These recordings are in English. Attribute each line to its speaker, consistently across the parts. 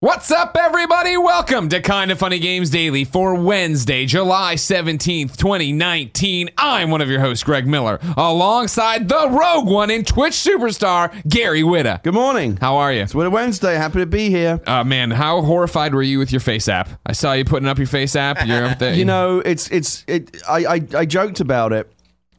Speaker 1: What's up, everybody? Welcome to Kind of Funny Games Daily for Wednesday, July 17th, 2019. I'm one of your hosts, Greg Miller, alongside the Rogue One and Twitch superstar, Gary Witta.
Speaker 2: Good morning.
Speaker 1: How are you?
Speaker 2: It's Widow Wednesday. Happy to be here.
Speaker 1: Uh, man, how horrified were you with your face app? I saw you putting up your face app. You're up there.
Speaker 2: You know, it's it's it. I I, I joked about it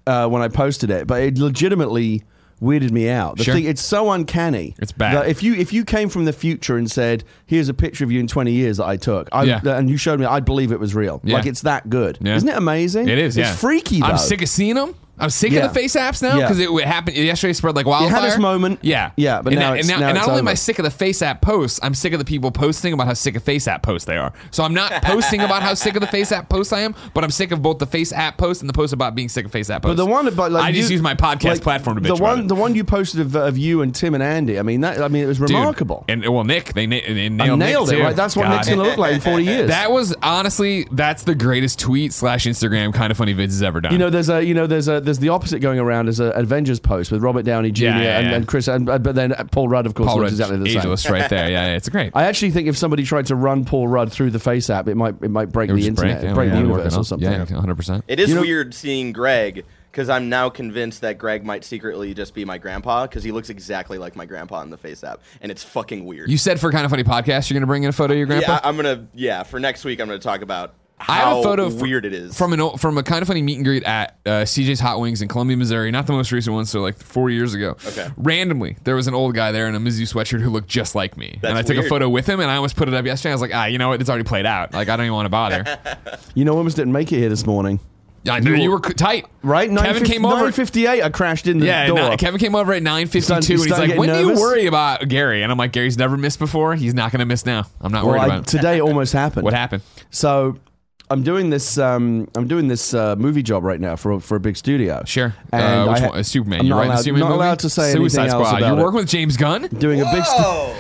Speaker 2: uh, when I posted it, but it legitimately weirded me out. The
Speaker 1: Sure.
Speaker 2: thing, it's so uncanny.
Speaker 1: It's bad.
Speaker 2: that if you if you came from the future and said, "Here's a picture of you in 20 years that I took," I,
Speaker 1: Yeah.
Speaker 2: and you showed me, I'd believe it was real.
Speaker 1: Yeah.
Speaker 2: Like it's that good.
Speaker 1: Yeah.
Speaker 2: Isn't it amazing?
Speaker 1: it is.
Speaker 2: It's
Speaker 1: yeah.
Speaker 2: freaky. Though.
Speaker 1: I'm sick of seeing them. I'm sick
Speaker 2: Yeah.
Speaker 1: of the face apps now
Speaker 2: Yeah.
Speaker 1: because it it happened yesterday. Spread like wildfire.
Speaker 2: its moment.
Speaker 1: Yeah,
Speaker 2: Yeah, but
Speaker 1: and
Speaker 2: now
Speaker 1: and,
Speaker 2: it's-
Speaker 1: now,
Speaker 2: now
Speaker 1: and
Speaker 2: it's
Speaker 1: not only am I
Speaker 2: over.
Speaker 1: sick of the face app posts, I'm sick of the people posting about how sick of face app posts they are. So I'm not posting about how sick of the face app posts I am, but I'm sick of both the face app post and the post about being sick of face app posts.
Speaker 2: But the one about like
Speaker 1: I just
Speaker 2: you-
Speaker 1: use my podcast
Speaker 2: like,
Speaker 1: platform to bitch
Speaker 2: the
Speaker 1: about
Speaker 2: one
Speaker 1: it.
Speaker 2: the one you posted of, of you and Tim and Andy. I mean that I mean it was
Speaker 1: Dude,
Speaker 2: remarkable.
Speaker 1: And well, Nick, they, na- they
Speaker 2: I
Speaker 1: nailed,
Speaker 2: nailed
Speaker 1: Nick,
Speaker 2: it.
Speaker 1: too.
Speaker 2: Right? That's what
Speaker 1: God,
Speaker 2: Nick's gonna look like in 40 years.
Speaker 1: That was honestly, that's the greatest tweet slash Instagram kind of funny vids has ever done.
Speaker 2: You know, there's a you know there's a there's the opposite going around as a Avengers post with Robert Downey Jr.
Speaker 1: Yeah, yeah,
Speaker 2: and,
Speaker 1: yeah.
Speaker 2: and Chris, and, uh, but then Paul Rudd, of course,
Speaker 1: Paul Rudd's
Speaker 2: looks exactly the
Speaker 1: ageless
Speaker 2: same.
Speaker 1: right there. Yeah, yeah, it's great.
Speaker 2: I actually think if somebody tried to run Paul Rudd through the Face app, it might it might break
Speaker 1: It would
Speaker 2: the
Speaker 1: just
Speaker 2: internet,
Speaker 1: yeah,
Speaker 2: break,
Speaker 1: yeah,
Speaker 2: the
Speaker 1: we're
Speaker 2: universe
Speaker 1: working on-
Speaker 2: or something.
Speaker 1: Yeah, 100. percent
Speaker 3: It is
Speaker 2: You know-
Speaker 3: weird seeing Greg because I'm now convinced that Greg might secretly just be my grandpa because he looks exactly like my grandpa in the face app, and it's fucking weird.
Speaker 1: You said for kind of funny podcast, you're going to bring in a photo of your grandpa.
Speaker 3: yeah, I'm gonna yeah for next week I'm gonna talk about how
Speaker 1: I have a photo fr-
Speaker 3: weird it is.
Speaker 1: from an old, from a kind of funny meet and greet at uh, CJ's Hot Wings in Columbia, Missouri. Not the most recent one, so like four years ago.
Speaker 3: Okay.
Speaker 1: Randomly, there was an old guy there in a Mizzou sweatshirt who looked just like me, and
Speaker 3: That's
Speaker 1: I took a
Speaker 3: weird.
Speaker 1: photo with him, and I almost put it up yesterday. I was like, ah, you know what? It's already played out. Like I don't even want to bother.
Speaker 2: You know, almost didn't make it here this morning,
Speaker 1: I knew you were c- tight,
Speaker 2: right?
Speaker 1: Kevin came over.
Speaker 2: 958, I crashed in the
Speaker 1: Yeah,
Speaker 2: door.
Speaker 1: no, Kevin came over at nine fifty
Speaker 2: He's
Speaker 1: two, and he's
Speaker 2: starting
Speaker 1: like,
Speaker 2: to get
Speaker 1: "When do you
Speaker 2: nervous.
Speaker 1: worry about Gary?" And I'm like, "Gary's never missed before. He's not going to miss now. I'm not worried
Speaker 2: well, I-
Speaker 1: about it."
Speaker 2: today it almost happened.
Speaker 1: What happened?
Speaker 2: So I'm doing this. Um, I'm doing this uh, movie job right now for a- for a big studio.
Speaker 1: Sure.
Speaker 2: And
Speaker 1: uh, which
Speaker 2: I ha-
Speaker 1: one? Superman.
Speaker 2: I'm
Speaker 1: You're
Speaker 2: not
Speaker 1: right.
Speaker 2: allowed,
Speaker 1: Superman
Speaker 2: not
Speaker 1: movie?
Speaker 2: allowed to say
Speaker 1: Suicide
Speaker 2: anything else
Speaker 1: Squad.
Speaker 2: about
Speaker 1: You're
Speaker 2: it.
Speaker 1: working with James Gunn.
Speaker 2: doing a big stu-
Speaker 3: oh,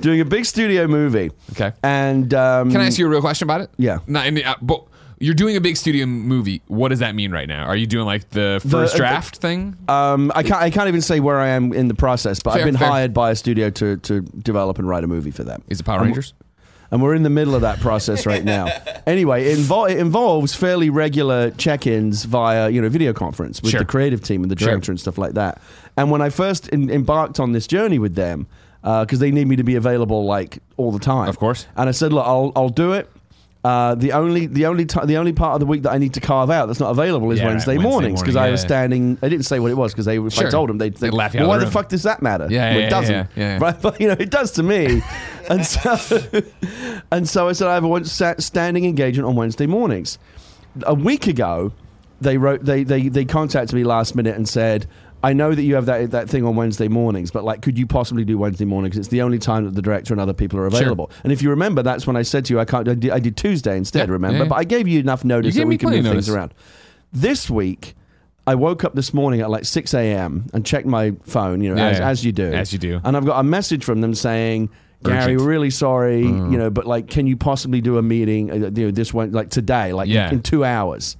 Speaker 2: doing a big studio movie.
Speaker 1: Okay.
Speaker 2: And um,
Speaker 1: Can I ask you a real question about it?
Speaker 2: Yeah.
Speaker 1: Not in the, uh, but you're doing a big studio movie. What does that mean right now? Are you doing like the first
Speaker 2: uh,
Speaker 1: draft thing?
Speaker 2: Um, I can't. I can't even say where I am in the process, but
Speaker 1: Fair,
Speaker 2: I've been
Speaker 1: fair.
Speaker 2: hired by a studio to to develop and write a movie for them.
Speaker 1: Is it Power Rangers?
Speaker 2: And we're in the middle of that process right now. Anyway, it, invol- it involves fairly regular check-ins via you know video conference with
Speaker 1: Sure.
Speaker 2: the creative team and the
Speaker 1: Sure.
Speaker 2: director and stuff like that. And when I first in- embarked on this journey with them, because they need me to be available like all the time,
Speaker 1: Of course.
Speaker 2: And I said, look, I'll I'll do it. Uh, the only the only ti the only part of the week that I need to carve out that's not available is
Speaker 1: Yeah, right,
Speaker 2: Wednesday
Speaker 1: Wednesday
Speaker 2: mornings because
Speaker 1: morning,
Speaker 2: I was
Speaker 1: yeah.
Speaker 2: standing. I didn't say what it was because they if
Speaker 1: Sure.
Speaker 2: I told them they'd,
Speaker 1: They'd
Speaker 2: think,
Speaker 1: laugh you out of
Speaker 2: well, why
Speaker 1: the
Speaker 2: the
Speaker 1: room."
Speaker 2: fuck does that matter?
Speaker 1: Yeah,
Speaker 2: Well,
Speaker 1: yeah,
Speaker 2: it doesn't.
Speaker 1: yeah, yeah, yeah.
Speaker 2: Right? But you know, it does to me. and so, and so I said I have a one- sa- standing engagement on Wednesday mornings. A week ago, they wrote they they they contacted me last minute and said. I know that you have that, that thing on Wednesday mornings, but like, could you possibly do Wednesday mornings? It's the only time that the director and other people are available. And if you remember, that's when I said to you, I can't. I did, I did Tuesday instead.
Speaker 1: Yeah,
Speaker 2: remember,
Speaker 1: yeah, yeah.
Speaker 2: but I gave you enough notice
Speaker 1: You gave
Speaker 2: that
Speaker 1: me
Speaker 2: we can
Speaker 1: plenty
Speaker 2: move
Speaker 1: of
Speaker 2: things
Speaker 1: notice.
Speaker 2: around. This week, I woke up this morning at like 6 a.m. and checked my phone, you know,
Speaker 1: Yeah,
Speaker 2: as,
Speaker 1: yeah.
Speaker 2: as you do.
Speaker 1: As you do.
Speaker 2: And I've got a message from them saying, Gary,
Speaker 1: Urgent. Mm.
Speaker 2: we're really sorry, you know, but like, can you possibly do a meeting, uh, you know, this one, like today, like
Speaker 1: Yeah.
Speaker 2: in two hours?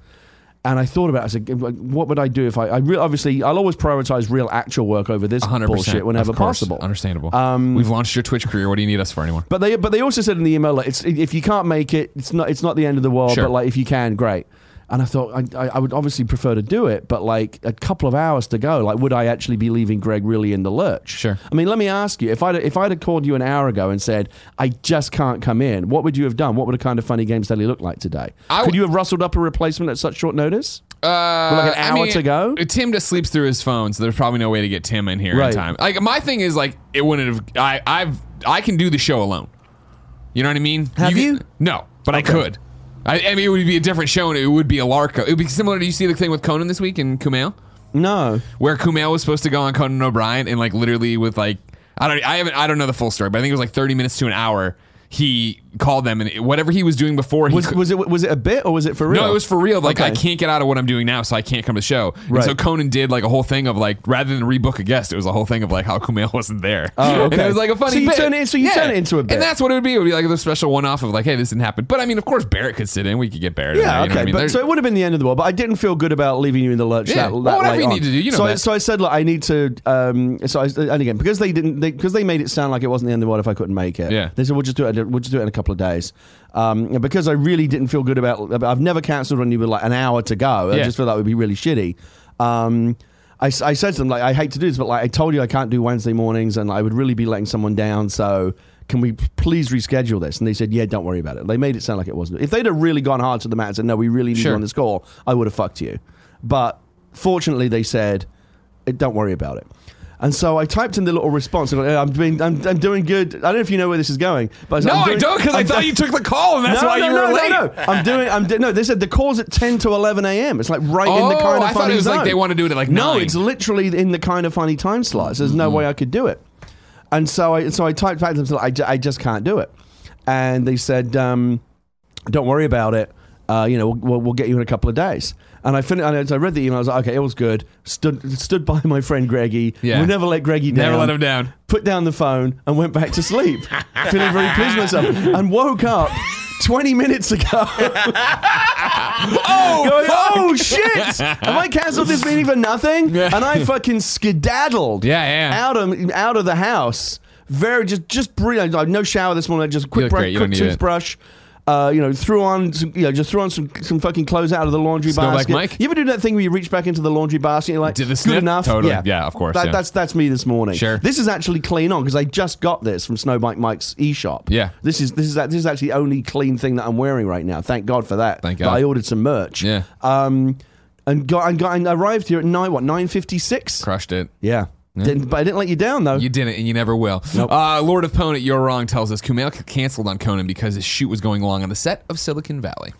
Speaker 2: And I thought about it. I said, like, what would I do if I, I re- obviously, I'll always prioritize real actual work over this
Speaker 1: 100%.
Speaker 2: bullshit whenever
Speaker 1: Of course.
Speaker 2: possible. Um,
Speaker 1: Understandable. We've launched your Twitch career. What do you need us for anymore?
Speaker 2: But they but they also said in the email like, it's if you can't make it, it's not it's not the end of the world.
Speaker 1: Sure.
Speaker 2: But like if you can, great. And I thought I, I- I would obviously prefer to do it, but like a couple of hours to go, like would I actually be leaving Greg really in the lurch?
Speaker 1: Sure.
Speaker 2: I mean, let me ask you: if I if I'd have called you an hour ago and said I just can't come in, what would you have done? What would a kind of funny game study look like today?
Speaker 1: I
Speaker 2: Could
Speaker 1: would-
Speaker 2: you have rustled up a replacement at such short notice?
Speaker 1: Uh,
Speaker 2: With, like, an hour to go?
Speaker 1: Tim just sleeps through his phone, so there's probably no way to get Tim in here in
Speaker 2: Right.
Speaker 1: time. Like my thing is like it wouldn't have. I I've I can do the show alone. You know what I mean?
Speaker 2: Have
Speaker 1: can-
Speaker 2: you?
Speaker 1: no, but I could. I, I mean, it would be a different show, and it would be a Larko. It would be similar. to you see the thing with Conan this week and Kumail?
Speaker 2: No.
Speaker 1: where Kumail was supposed to go on Conan O'Brien and like literally with like I don't I haven't I don't know the full story, but I think it was like thirty minutes to an hour. he called them, and whatever he was doing before, he
Speaker 2: Was,
Speaker 1: cou-
Speaker 2: was it was it a bit or was it for real?
Speaker 1: no, it was for real. Like I
Speaker 2: Okay.
Speaker 1: can't get out of what I'm doing now, so I can't come to show. And
Speaker 2: Right.
Speaker 1: so Conan did like a whole thing of like rather than rebook a guest, it was a whole thing of like how Kumail wasn't there.
Speaker 2: Oh,
Speaker 1: And
Speaker 2: okay.
Speaker 1: it was like a funny.
Speaker 2: So you
Speaker 1: bit.
Speaker 2: turn it- so you turn it into a bit.
Speaker 1: and that's what it would be. It would be like the special one-off of like, hey, this didn't happen. But I mean, of course, Barrett could sit in. We could get Barrett. in there,
Speaker 2: Yeah,
Speaker 1: you know
Speaker 2: okay.
Speaker 1: what I mean?
Speaker 2: but,
Speaker 1: There-
Speaker 2: so it would have been the end of the world, but I didn't feel good about leaving you in the lurch.
Speaker 1: Yeah.
Speaker 2: That, that
Speaker 1: Well, whatever
Speaker 2: late
Speaker 1: you
Speaker 2: on.
Speaker 1: need to do, you know
Speaker 2: So I,
Speaker 1: that.
Speaker 2: so I said, look, I need to. Um, so I, and again, because they didn't, they because they made it sound like it wasn't the end of the world if I couldn't make it.
Speaker 1: Yeah.
Speaker 2: They said we'll just do it. We'll just do it in a couple of days. Um, and because I really didn't feel good about. about- I've never cancelled when you were like an hour to go. I
Speaker 1: Yeah.
Speaker 2: just feel that would be really shitty. Um, I, s- I said to them like I hate to do this, but like I told you I can't do Wednesday mornings, and I would really be letting someone down. So can we p- please reschedule this? And they said, yeah, don't worry about it. They made it sound like it wasn't. If they'd have really gone hard to the mat and said, no, we really need
Speaker 1: Sure.
Speaker 2: you on this call, I would have fucked you. But fortunately, they said, "Eh, don't worry about it. And so I typed in the little response. And I'm, being, I'm, I'm doing good. I don't know if you know where this is going, but
Speaker 1: no,
Speaker 2: I'm
Speaker 1: I
Speaker 2: doing-
Speaker 1: don't because I
Speaker 2: I'm
Speaker 1: thought
Speaker 2: do-
Speaker 1: you took the call and that's
Speaker 2: no,
Speaker 1: why
Speaker 2: no,
Speaker 1: you
Speaker 2: no,
Speaker 1: were
Speaker 2: no,
Speaker 1: late.
Speaker 2: No, I'm doing. I'm do- no. They said the call's at ten to eleven a.m. It's like right in the
Speaker 1: Oh,
Speaker 2: kind of
Speaker 1: I thought
Speaker 2: funny
Speaker 1: it was like
Speaker 2: zone.
Speaker 1: they want to do it at, like,
Speaker 2: no.
Speaker 1: nine.
Speaker 2: It's literally in the kind of funny time slots. There's no way I could do it. And so I so I typed back to them. So I, ju- I just can't do it. And they said, um, "Don't worry about it. Uh, you know, we'll, we'll, we'll get you in a couple of days." And I finished. And I read the email. I was like, "Okay, it was good." Stood stood by my friend Greggy.
Speaker 1: Yeah.
Speaker 2: We'll never let Greggy down
Speaker 1: Never let him down.
Speaker 2: put down the phone and went back to sleep, feeling very pleased with myself, and woke up 20 minutes ago. oh, oh shit! Have I cancelled this meeting for nothing?
Speaker 1: Yeah.
Speaker 2: And I fucking skedaddled
Speaker 1: Yeah, yeah.
Speaker 2: out of out of the house. Very just just brilliant. Like, no shower this morning. Just a
Speaker 1: You
Speaker 2: quick
Speaker 1: look great.
Speaker 2: brush,
Speaker 1: You
Speaker 2: quick
Speaker 1: don't need it.
Speaker 2: toothbrush. Uh, you know, threw on some, you know, just threw on some, some fucking clothes out of the laundry
Speaker 1: Snowback
Speaker 2: basket.
Speaker 1: Mike?
Speaker 2: You ever do that thing where you reach back into the laundry basket and you're like,
Speaker 1: Did the
Speaker 2: good
Speaker 1: sniff?
Speaker 2: enough?
Speaker 1: Totally. Yeah, of course,
Speaker 2: That,
Speaker 1: yeah.
Speaker 2: That's that's me this morning.
Speaker 1: Sure.
Speaker 2: This is actually clean on because I just got this from Snowbike Mike's e-shop.
Speaker 1: Yeah.
Speaker 2: This is this is this is actually the only clean thing that I'm wearing right now. Thank God for that.
Speaker 1: Thank
Speaker 2: But
Speaker 1: God.
Speaker 2: I ordered some merch.
Speaker 1: Yeah.
Speaker 2: Um, and got and got and arrived here at nine what nine fifty six.
Speaker 1: Crushed it.
Speaker 2: Yeah. Didn't, but I didn't let you down though.
Speaker 1: You didn't, and you never will. Uh, Lord of Ponent, You're Wrong tells us Kumail c- canceled on Conan because his shoot was going long on the set of Silicon Valley.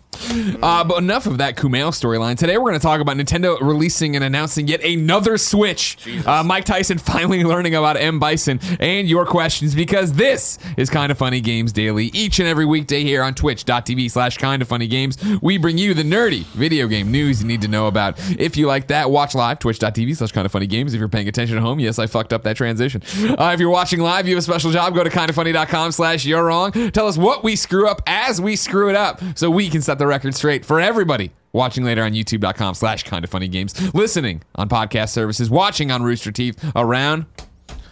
Speaker 1: Uh, but enough of that Kumail storyline. Today we're going to talk about Nintendo releasing and announcing yet another Switch. Uh, Mike Tyson finally learning about M. Bison and your questions because this is Kind of Funny Games Daily. Each and every weekday here on twitch.tv slash Kind of Funny Games, we bring you the nerdy video game news you need to know about. If you like that, watch live twitch.tv slash Kind of Funny Games. If you're paying attention at home, yes, I fucked up that transition. Uh, if you're watching live, you have a special job. Go to kindoffunny.com slash you're wrong. Tell us what we screw up as we screw it up so we can set the record straight for everybody. Watching later on youtube.com slash kind of funny games, listening on podcast services, watching on Rooster Teeth around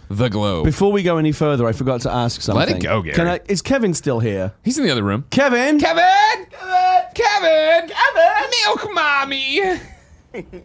Speaker 1: the globe.
Speaker 2: Before we go any further, I forgot to ask something.
Speaker 1: it go, Gary.
Speaker 2: Can I, is Kevin still here?
Speaker 1: He's in the other room.
Speaker 2: Kevin.
Speaker 1: Kevin! Kevin! Kevin! Kevin! Milk mommy!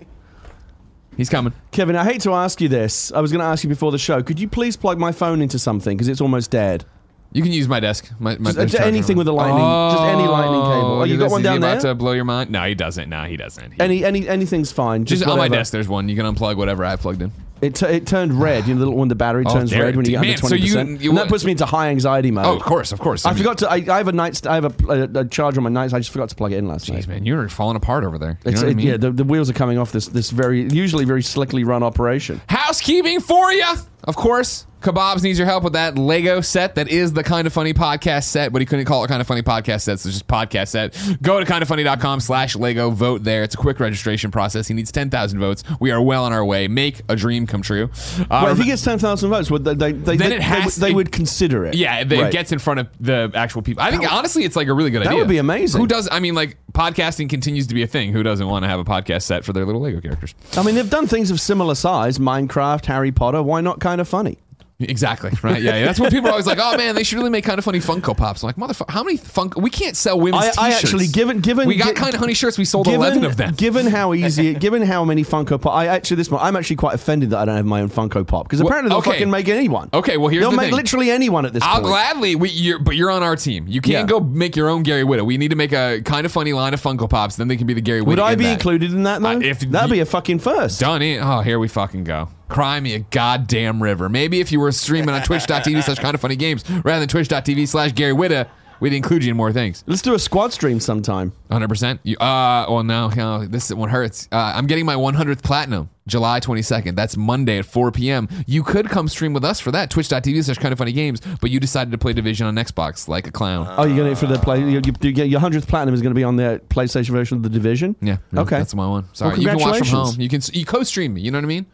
Speaker 1: He's coming.
Speaker 2: Kevin, I hate to ask you this. I was going to ask you before the show. Could you please plug my phone into something because it's almost dead?
Speaker 1: You can use my desk. My, my
Speaker 2: Just- just anything with a lightning- just any lightning cable. Oh, you
Speaker 1: dude,
Speaker 2: got
Speaker 1: this-
Speaker 2: one
Speaker 1: is
Speaker 2: down
Speaker 1: he about
Speaker 2: there?
Speaker 1: to blow your mind? No, he doesn't. No, he doesn't. He-
Speaker 2: Any, any, anything's fine. Just,
Speaker 1: just on my
Speaker 2: whatever.
Speaker 1: desk, there's one. You can unplug whatever I plugged in.
Speaker 2: It, tu- it turned red. You know, the little one, the battery
Speaker 1: Oh,
Speaker 2: turns
Speaker 1: there
Speaker 2: red when
Speaker 1: it-
Speaker 2: you get
Speaker 1: man,
Speaker 2: under
Speaker 1: so
Speaker 2: twenty
Speaker 1: you-
Speaker 2: percent.
Speaker 1: you
Speaker 2: And
Speaker 1: want-
Speaker 2: that puts me into high anxiety mode.
Speaker 1: Oh, of course, of course.
Speaker 2: I,
Speaker 1: mean,
Speaker 2: forgot to. I, I have a night. I have a, a, a charger on my nights. I just forgot to plug it in last night.
Speaker 1: Jeez, man, you're falling apart over there. You
Speaker 2: It's,
Speaker 1: know what I
Speaker 2: it-
Speaker 1: mean?
Speaker 2: Yeah, the, the wheels are coming off this this very usually very slickly run operation.
Speaker 1: Housekeeping for you, of course. Kebabs needs your help with that Lego set that is the Kind of Funny podcast set, but he couldn't call it Kind of Funny podcast set, so it's just podcast set. Go to kindoffunny.com slash Lego, vote there. It's a quick registration process. He needs 10,000 votes. We are well on our way. Make a dream come true. Uh,
Speaker 2: Well, if
Speaker 1: remem-
Speaker 2: he gets ten thousand votes, would they, they, they,
Speaker 1: Then
Speaker 2: they,
Speaker 1: it has-
Speaker 2: they, would- they
Speaker 1: it-
Speaker 2: would consider it.
Speaker 1: yeah, it- it
Speaker 2: Right.
Speaker 1: gets in front of the actual people. I think honestly, it's like a really good idea.
Speaker 2: would be amazing.
Speaker 1: Who does? I mean, like podcasting continues to be a thing. Who doesn't want to have a podcast set for their little Lego characters?
Speaker 2: I mean, they've done things of similar size: Minecraft, Harry Potter. Why not? Kind of funny.
Speaker 1: Exactly. Right. Yeah, yeah. That's what people are always like. Oh man, they should really make kind of funny Funko Pops. I'm like, motherfucker, how many Funko? We can't sell women's
Speaker 2: I-
Speaker 1: t-shirts.
Speaker 2: I actually- given- given-
Speaker 1: we got
Speaker 2: gi-
Speaker 1: kind of honey shirts. We sold eleven of them.
Speaker 2: given how easy, given how many Funko Pop, I actually this month I'm actually quite offended that I don't have my own Funko Pop because apparently they'll
Speaker 1: okay.
Speaker 2: fucking make anyone.
Speaker 1: Okay, well, here's
Speaker 2: they'll
Speaker 1: the
Speaker 2: make
Speaker 1: thing.
Speaker 2: literally anyone at this
Speaker 1: I'll
Speaker 2: point.
Speaker 1: gladly, we, you're, but you're on our team. You can't
Speaker 2: Yeah.
Speaker 1: go make your own Gary Widow. We need to make a kind of funny line of Funko Pops. Then they can be the Gary Widow.
Speaker 2: Would I
Speaker 1: in
Speaker 2: be
Speaker 1: that.
Speaker 2: included in that though?
Speaker 1: Uh, if
Speaker 2: That'd
Speaker 1: you-
Speaker 2: be a fucking first.
Speaker 1: Done it. Oh, here we fucking go. Cry me a goddamn river. Maybe if you were streaming on twitch.tv slash kind of funny games rather than twitch.tv slash Gary Witta, We'd include you in more things.
Speaker 2: Let's do a squad stream sometime.
Speaker 1: 100%. You, uh, well, no, no, this one hurts. Uh, I'm getting my 100th platinum July 22nd. That's Monday at 4 p.m. You could come stream with us for that, twitch.tv slash kind of funny games, but you decided to play Division on Xbox like a clown.
Speaker 2: Oh, you're gonna for the play. You, you, you get your hundredth platinum is gonna be on the PlayStation version of the Division.
Speaker 1: yeah. yeah,
Speaker 2: Okay.
Speaker 1: Mm-hmm. That's my one. Sorry.
Speaker 2: Well,
Speaker 1: you can watch from
Speaker 2: congratulations.
Speaker 1: home. You can s- you co stream me. You know what I mean?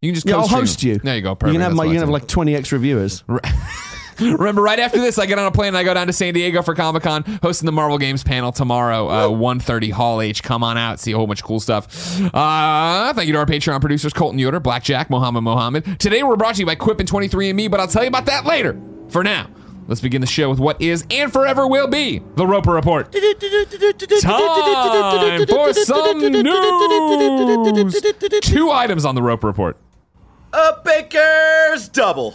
Speaker 1: You can just
Speaker 2: Yeah,
Speaker 1: co
Speaker 2: I'll
Speaker 1: stream.
Speaker 2: host you.
Speaker 1: There you go.
Speaker 2: You
Speaker 1: Perfect.
Speaker 2: can have
Speaker 1: That's
Speaker 2: my,
Speaker 1: what
Speaker 2: you
Speaker 1: I
Speaker 2: can have
Speaker 1: said.
Speaker 2: like twenty extra viewers.
Speaker 1: Remember, right after this, I get on a plane and I go down to San Diego for Comic Con, hosting the Marvel Games panel tomorrow, uh, 1.30 Hall H. Come on out, see a whole bunch of cool stuff. Uh, thank you to our Patreon producers, Colton Yoder, Blackjack, Mohammed Mohammed. Today we're brought to you by Quip and 23andMe, but I'll tell you about that later. For now, let's begin the show with what is and forever will be the Roper Report. Time for some news. Two items on the Roper Report.
Speaker 3: A baker's double.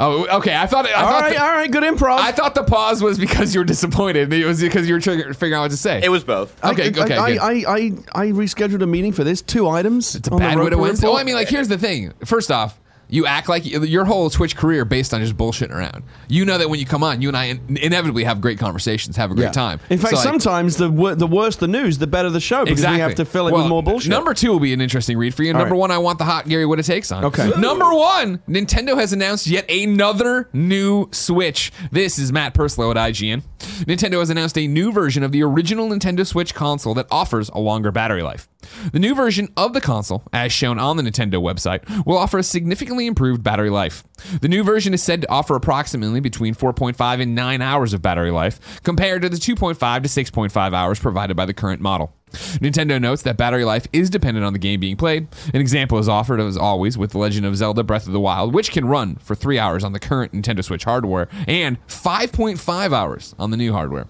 Speaker 1: Oh, okay. I thought. I
Speaker 2: all
Speaker 1: thought
Speaker 2: right,
Speaker 1: the-
Speaker 2: all right, good improv.
Speaker 1: I thought the pause was because you were disappointed. It was because you were trying to figure out what to say.
Speaker 3: It was both.
Speaker 2: I-
Speaker 1: okay, okay,
Speaker 2: I,
Speaker 1: good.
Speaker 2: I, I, I, I rescheduled a meeting for this. Two items. It's
Speaker 1: a bad way to win. Oh, I mean, like, here's the thing. First off, you act like your whole Twitch career based on just bullshitting around. You know that when you come on, you and I in- inevitably have great conversations, have a great time.
Speaker 2: In fact,
Speaker 1: So, like,
Speaker 2: sometimes the wor- the worse the news, the better the show because
Speaker 1: Exactly.
Speaker 2: we have to fill it
Speaker 1: Well,
Speaker 2: with more bullshit.
Speaker 1: Number two will be an interesting read for you. Number
Speaker 2: right.
Speaker 1: one, I want the hot Gary what it takes on.
Speaker 2: Okay.
Speaker 1: Number one, Nintendo has announced yet another new Switch. This is Matt Perslow at IGN. Nintendo has announced a new version of the original Nintendo Switch console that offers a longer battery life. The new version of the console, as shown on the Nintendo website, will offer a significantly improved battery life. The new version is said to offer approximately between 4.5 and 9 hours of battery life, compared to the 2.5 to 6.5 hours provided by the current model. Nintendo notes that battery life is dependent on the game being played. An example is offered, as always, with The Legend of Zelda Breath of the Wild, which can run for three hours on the current Nintendo Switch hardware and 5.5 hours on the new hardware.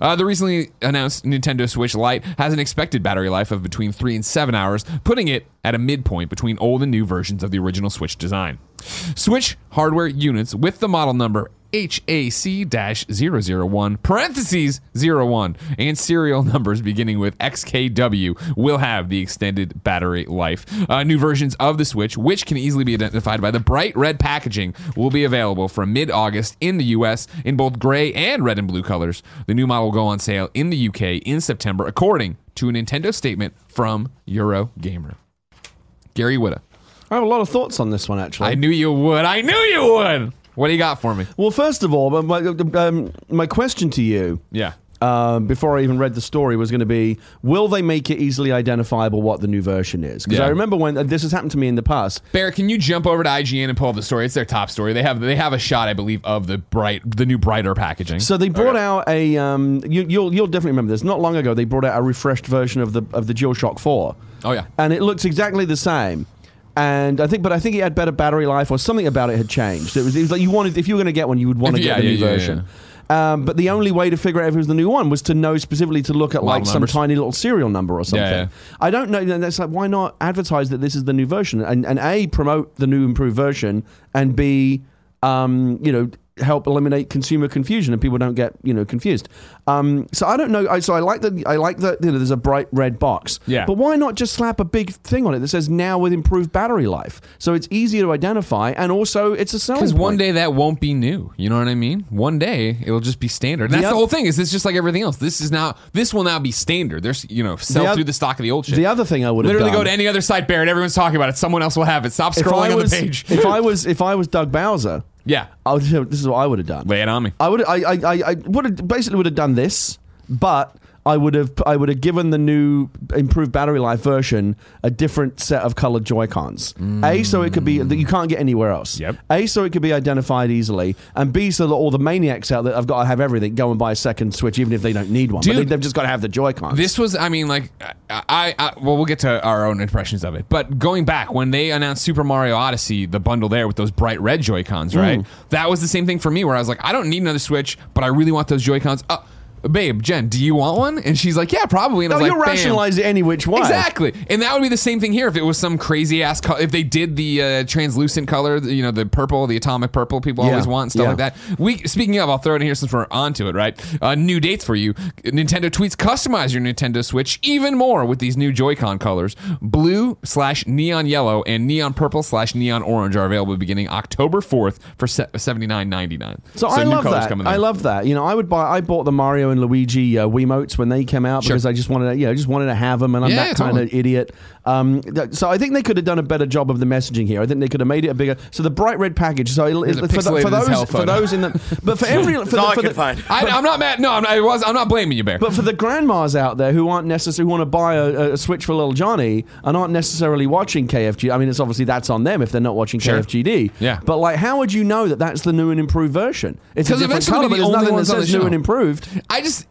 Speaker 1: Uh, the recently announced Nintendo Switch Lite has an expected battery life of between 3 and 7 hours, putting it at a midpoint between old and new versions of the original Switch design. Switch hardware units with the model number HAC 001, parentheses 01, and serial numbers beginning with XKW will have the extended battery life. Uh, new versions of the Switch, which can easily be identified by the bright red packaging, will be available from mid August in the US in both gray and red and blue colors. The new model will go on sale in the UK in September, according to a Nintendo statement from Eurogamer. Gary Witta.
Speaker 2: I have a lot of thoughts on this one actually.
Speaker 1: I knew you would. I knew you would. What do you got for me?
Speaker 2: well, first of all, my, um, my question to you.
Speaker 1: Yeah.
Speaker 2: um, before I even read the story was going to be will they make it easily identifiable what the new version is? Because
Speaker 1: Yeah.
Speaker 2: I remember when and this has happened to me in the past.
Speaker 1: Bear, can you jump over to IGN and pull up the story? It's their top story. They have they have a shot, I believe, of the bright the new brighter packaging.
Speaker 2: So they brought out a um, you, you'll you'll definitely remember this. Not long ago, they brought out a refreshed version of the of the DualShock Four.
Speaker 1: Oh, yeah.
Speaker 2: and it looks exactly the same. And I think, but I think it had better battery life, or something about it had changed. It was, it was like you wanted if you were going to get one, you would want to
Speaker 1: If-
Speaker 2: get
Speaker 1: yeah,
Speaker 2: the new
Speaker 1: yeah, yeah,
Speaker 2: version. Um, but the only way to figure out if it was the new one was to know specifically to look at
Speaker 1: Model
Speaker 2: like some
Speaker 1: numbers.
Speaker 2: tiny little serial number or something.
Speaker 1: yeah.
Speaker 2: I don't know. then That's like why not advertise that this is the new version and, and a promote the new improved version and b um, you know help eliminate consumer confusion and people don't get you know confused. Um, so I don't know. I, so I like that. I like that. You know, there's a bright red box.
Speaker 1: Yeah.
Speaker 2: But why not just slap a big thing on it that says now with improved battery life, so it's easier to identify and also it's a selling
Speaker 1: because
Speaker 2: point.
Speaker 1: one day that won't be new. You know what I mean? One day it'll just be standard. And that's
Speaker 2: The
Speaker 1: the
Speaker 2: oth-
Speaker 1: whole thing. Is it's just like everything else. This is now this will now be standard. There's you know sell
Speaker 2: The oth-
Speaker 1: through the stock of the old shit.
Speaker 2: the other thing I would have
Speaker 1: Literally
Speaker 2: done,
Speaker 1: go to any other site, Bear, and everyone's talking about it. Someone else will have it. Stop
Speaker 2: if I
Speaker 1: scrolling on
Speaker 2: was
Speaker 1: the page.
Speaker 2: if I was if I was Doug Bowser,
Speaker 1: yeah,
Speaker 2: I would, this is what I would have done.
Speaker 1: lay it on me.
Speaker 2: I would I I, I, I would have basically would have done this, but I would have I would have given the new improved battery life version a different set of colored Joy Cons. A so it could be that you can't get anywhere else.
Speaker 1: Yep.
Speaker 2: A so it could be identified easily, and B so that all the maniacs out there have got to have everything go and buy a second Switch even if they don't need one. but they,
Speaker 1: Dude.
Speaker 2: they've just got to have the Joy Cons.
Speaker 1: This was, I mean, like, I, I, I, well, we'll get to our own impressions of it. But going back, when they announced Super Mario Odyssey, the bundle there with those bright red Joy Cons, right? That was the same thing for me, where I was like, I don't need another Switch, but I really want those Joy Cons. Uh, babe, Jen, do you want one? And she's like, yeah, probably. And I
Speaker 2: No,
Speaker 1: was
Speaker 2: you
Speaker 1: like, bam.
Speaker 2: rationalize it any which way.
Speaker 1: Exactly, and that would be the same thing here if it was some crazy ass. Co- if they did the uh, translucent color, you know, the purple, the atomic purple people
Speaker 2: Yeah.
Speaker 1: always want and stuff
Speaker 2: Yeah.
Speaker 1: like that. We speaking of, I'll throw it in here since we're onto it. Right, uh, new dates for you. Nintendo tweets customize your Nintendo Switch even more with these new Joy-Con colors. Blue slash neon yellow and neon purple slash neon orange are available beginning October fourth for seventy nine ninety nine.
Speaker 2: So, I love that. I love that. You know, I would buy. I bought the Mario and Luigi uh, Wiimotes when they came out
Speaker 1: Sure.
Speaker 2: because I just wanted to, you know, just wanted to have them, and I'm
Speaker 1: Yeah,
Speaker 2: that
Speaker 1: totally.
Speaker 2: kind of idiot. Um, th- so I think they could have done a better job of the messaging here. I think they could have made it a bigger. So the bright red package. So it'll,
Speaker 1: Here's a
Speaker 2: for, the-
Speaker 1: pixelated
Speaker 2: for
Speaker 1: as hell
Speaker 2: those for
Speaker 1: photo.
Speaker 2: those in the but for every for
Speaker 3: That's
Speaker 2: the,
Speaker 3: all I
Speaker 2: for
Speaker 3: could
Speaker 2: the-
Speaker 3: find.
Speaker 1: I, I'm not mad. No, I'm not, I was. I'm not blaming you, Bear.
Speaker 2: But for the grandmas out there who aren't necessarily who want to buy a, a Switch for little Johnny and aren't necessarily watching KFG, I mean, it's obviously that's on them if they're not watching
Speaker 1: Sure.
Speaker 2: KFGD.
Speaker 1: Yeah.
Speaker 2: But like, how would you know that that's the new and improved version? It's a
Speaker 1: 'Cause
Speaker 2: different
Speaker 1: eventually they'll
Speaker 2: color,
Speaker 1: be
Speaker 2: but
Speaker 1: the
Speaker 2: there's
Speaker 1: only
Speaker 2: nothing that
Speaker 1: ones on the
Speaker 2: says new
Speaker 1: shelf.
Speaker 2: and improved.
Speaker 1: I just,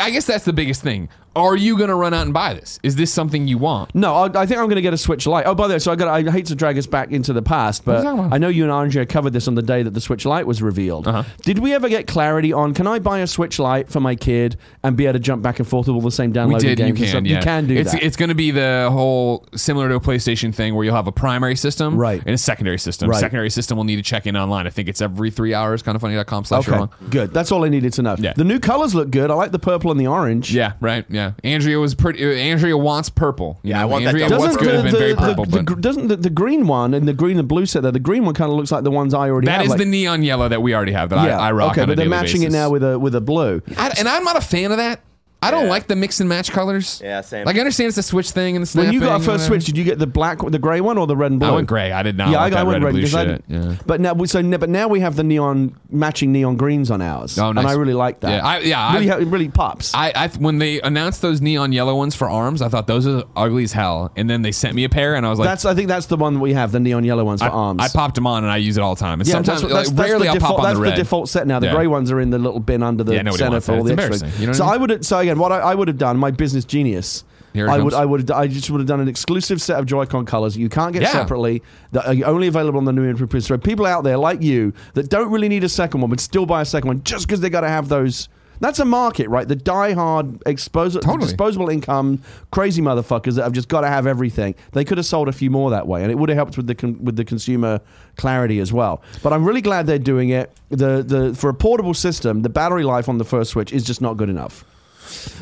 Speaker 1: I guess that's the biggest thing. Are you going to run out and buy this? Is this something you want?
Speaker 2: No, I, I think I'm going to get a Switch Lite. Oh, by the way, so I got. I hate to drag us back into the past,
Speaker 1: are
Speaker 2: but
Speaker 1: you talking about?
Speaker 2: I know you and Andrea covered this on the day that the Switch Lite was revealed.
Speaker 1: Uh-huh.
Speaker 2: Did we ever get clarity on? Can I buy a Switch Lite for my kid and be able to jump back and forth with all the same downloaded
Speaker 1: We did.
Speaker 2: games?
Speaker 1: You
Speaker 2: and stuff?
Speaker 1: can. Yeah.
Speaker 2: You can do
Speaker 1: it's,
Speaker 2: that.
Speaker 1: It's going to be the whole similar to a PlayStation thing where you'll have a primary system,
Speaker 2: Right.
Speaker 1: and a secondary system.
Speaker 2: Right.
Speaker 1: Secondary system will need to check in online. I think it's every three hours. Kind of funny.com slash
Speaker 2: Okay,
Speaker 1: wrong.
Speaker 2: good. That's all I needed to know.
Speaker 1: Yeah.
Speaker 2: The new colors look good. I like the purple and the orange.
Speaker 1: Yeah. Right. Yeah. Andrea was pretty. uh, Andrea wants purple. You
Speaker 3: Yeah, I
Speaker 1: know,
Speaker 3: want that
Speaker 1: Andrea
Speaker 3: double
Speaker 1: wants
Speaker 2: Doesn't
Speaker 1: good
Speaker 2: the,
Speaker 1: have been
Speaker 2: the-
Speaker 1: very
Speaker 2: the-
Speaker 1: purple,
Speaker 2: the-
Speaker 1: but.
Speaker 2: doesn't the, the green one and the green and blue set there? The green one kind of looks like the ones I already
Speaker 1: That
Speaker 2: have.
Speaker 1: is
Speaker 2: like-
Speaker 1: the neon yellow that we already have that
Speaker 2: yeah.
Speaker 1: I, I rock
Speaker 2: okay,
Speaker 1: on a
Speaker 2: but they're
Speaker 1: daily
Speaker 2: matching
Speaker 1: basis.
Speaker 2: it now with a with a blue.
Speaker 1: I, and I'm not a fan of that. I don't
Speaker 3: Yeah.
Speaker 1: like the mix and match colors.
Speaker 3: Yeah, same.
Speaker 1: Like I understand it's a switch thing and the snap
Speaker 2: When you
Speaker 1: thing
Speaker 2: got a
Speaker 1: and
Speaker 2: first
Speaker 1: whatever.
Speaker 2: switch, did you get the black, the grey one, or the red and blue?
Speaker 1: I went gray. I did not.
Speaker 2: Yeah,
Speaker 1: like
Speaker 2: I, I
Speaker 1: that red,
Speaker 2: went red
Speaker 1: and blue
Speaker 2: because I.
Speaker 1: shit. yeah.
Speaker 2: But now, so but now we have the neon matching neon greens on ours,
Speaker 1: Oh, nice.
Speaker 2: and I really like that.
Speaker 1: Yeah, I- yeah,
Speaker 2: really,
Speaker 1: I-
Speaker 2: ha- it really pops.
Speaker 1: I, I when they announced those neon yellow ones for arms, I thought those are ugly as hell. And then they sent me a pair, and I was like,
Speaker 2: that's I think that's the one that we have, the neon yellow ones for
Speaker 1: I,
Speaker 2: arms.
Speaker 1: I popped them on, and I use it all the time. And
Speaker 2: Yeah,
Speaker 1: sometimes,
Speaker 2: that's, what- that's,
Speaker 1: like,
Speaker 2: that's
Speaker 1: rarely,
Speaker 2: the
Speaker 1: I'll
Speaker 2: default,
Speaker 1: pop on
Speaker 2: that's
Speaker 1: the red.
Speaker 2: default set now. The
Speaker 1: Yeah.
Speaker 2: grey ones are in the little bin under the
Speaker 1: Yeah, nobody
Speaker 2: center
Speaker 1: wants
Speaker 2: for
Speaker 1: that.
Speaker 2: all the
Speaker 1: It's
Speaker 2: extras.
Speaker 1: embarrassing. You know what
Speaker 2: so
Speaker 1: I
Speaker 2: I
Speaker 1: mean?
Speaker 2: would so again, what I, I would have done, my business genius.
Speaker 1: Here it
Speaker 2: I would,
Speaker 1: comes.
Speaker 2: I would, I just would have done an exclusive set of Joy-Con colors you can't get
Speaker 1: Yeah.
Speaker 2: separately that are only available on the new entry print. So people out there like you that don't really need a second one, but still buy a second one just because they got to have those. That's a market, right? The die-hard expos-
Speaker 1: Totally.
Speaker 2: disposable income crazy motherfuckers that have just got to have everything. They could have sold a few more that way, and it would have helped with the con- with the consumer clarity as well. But I'm really glad they're doing it. The the for a portable system, the battery life on the first Switch is just not good enough.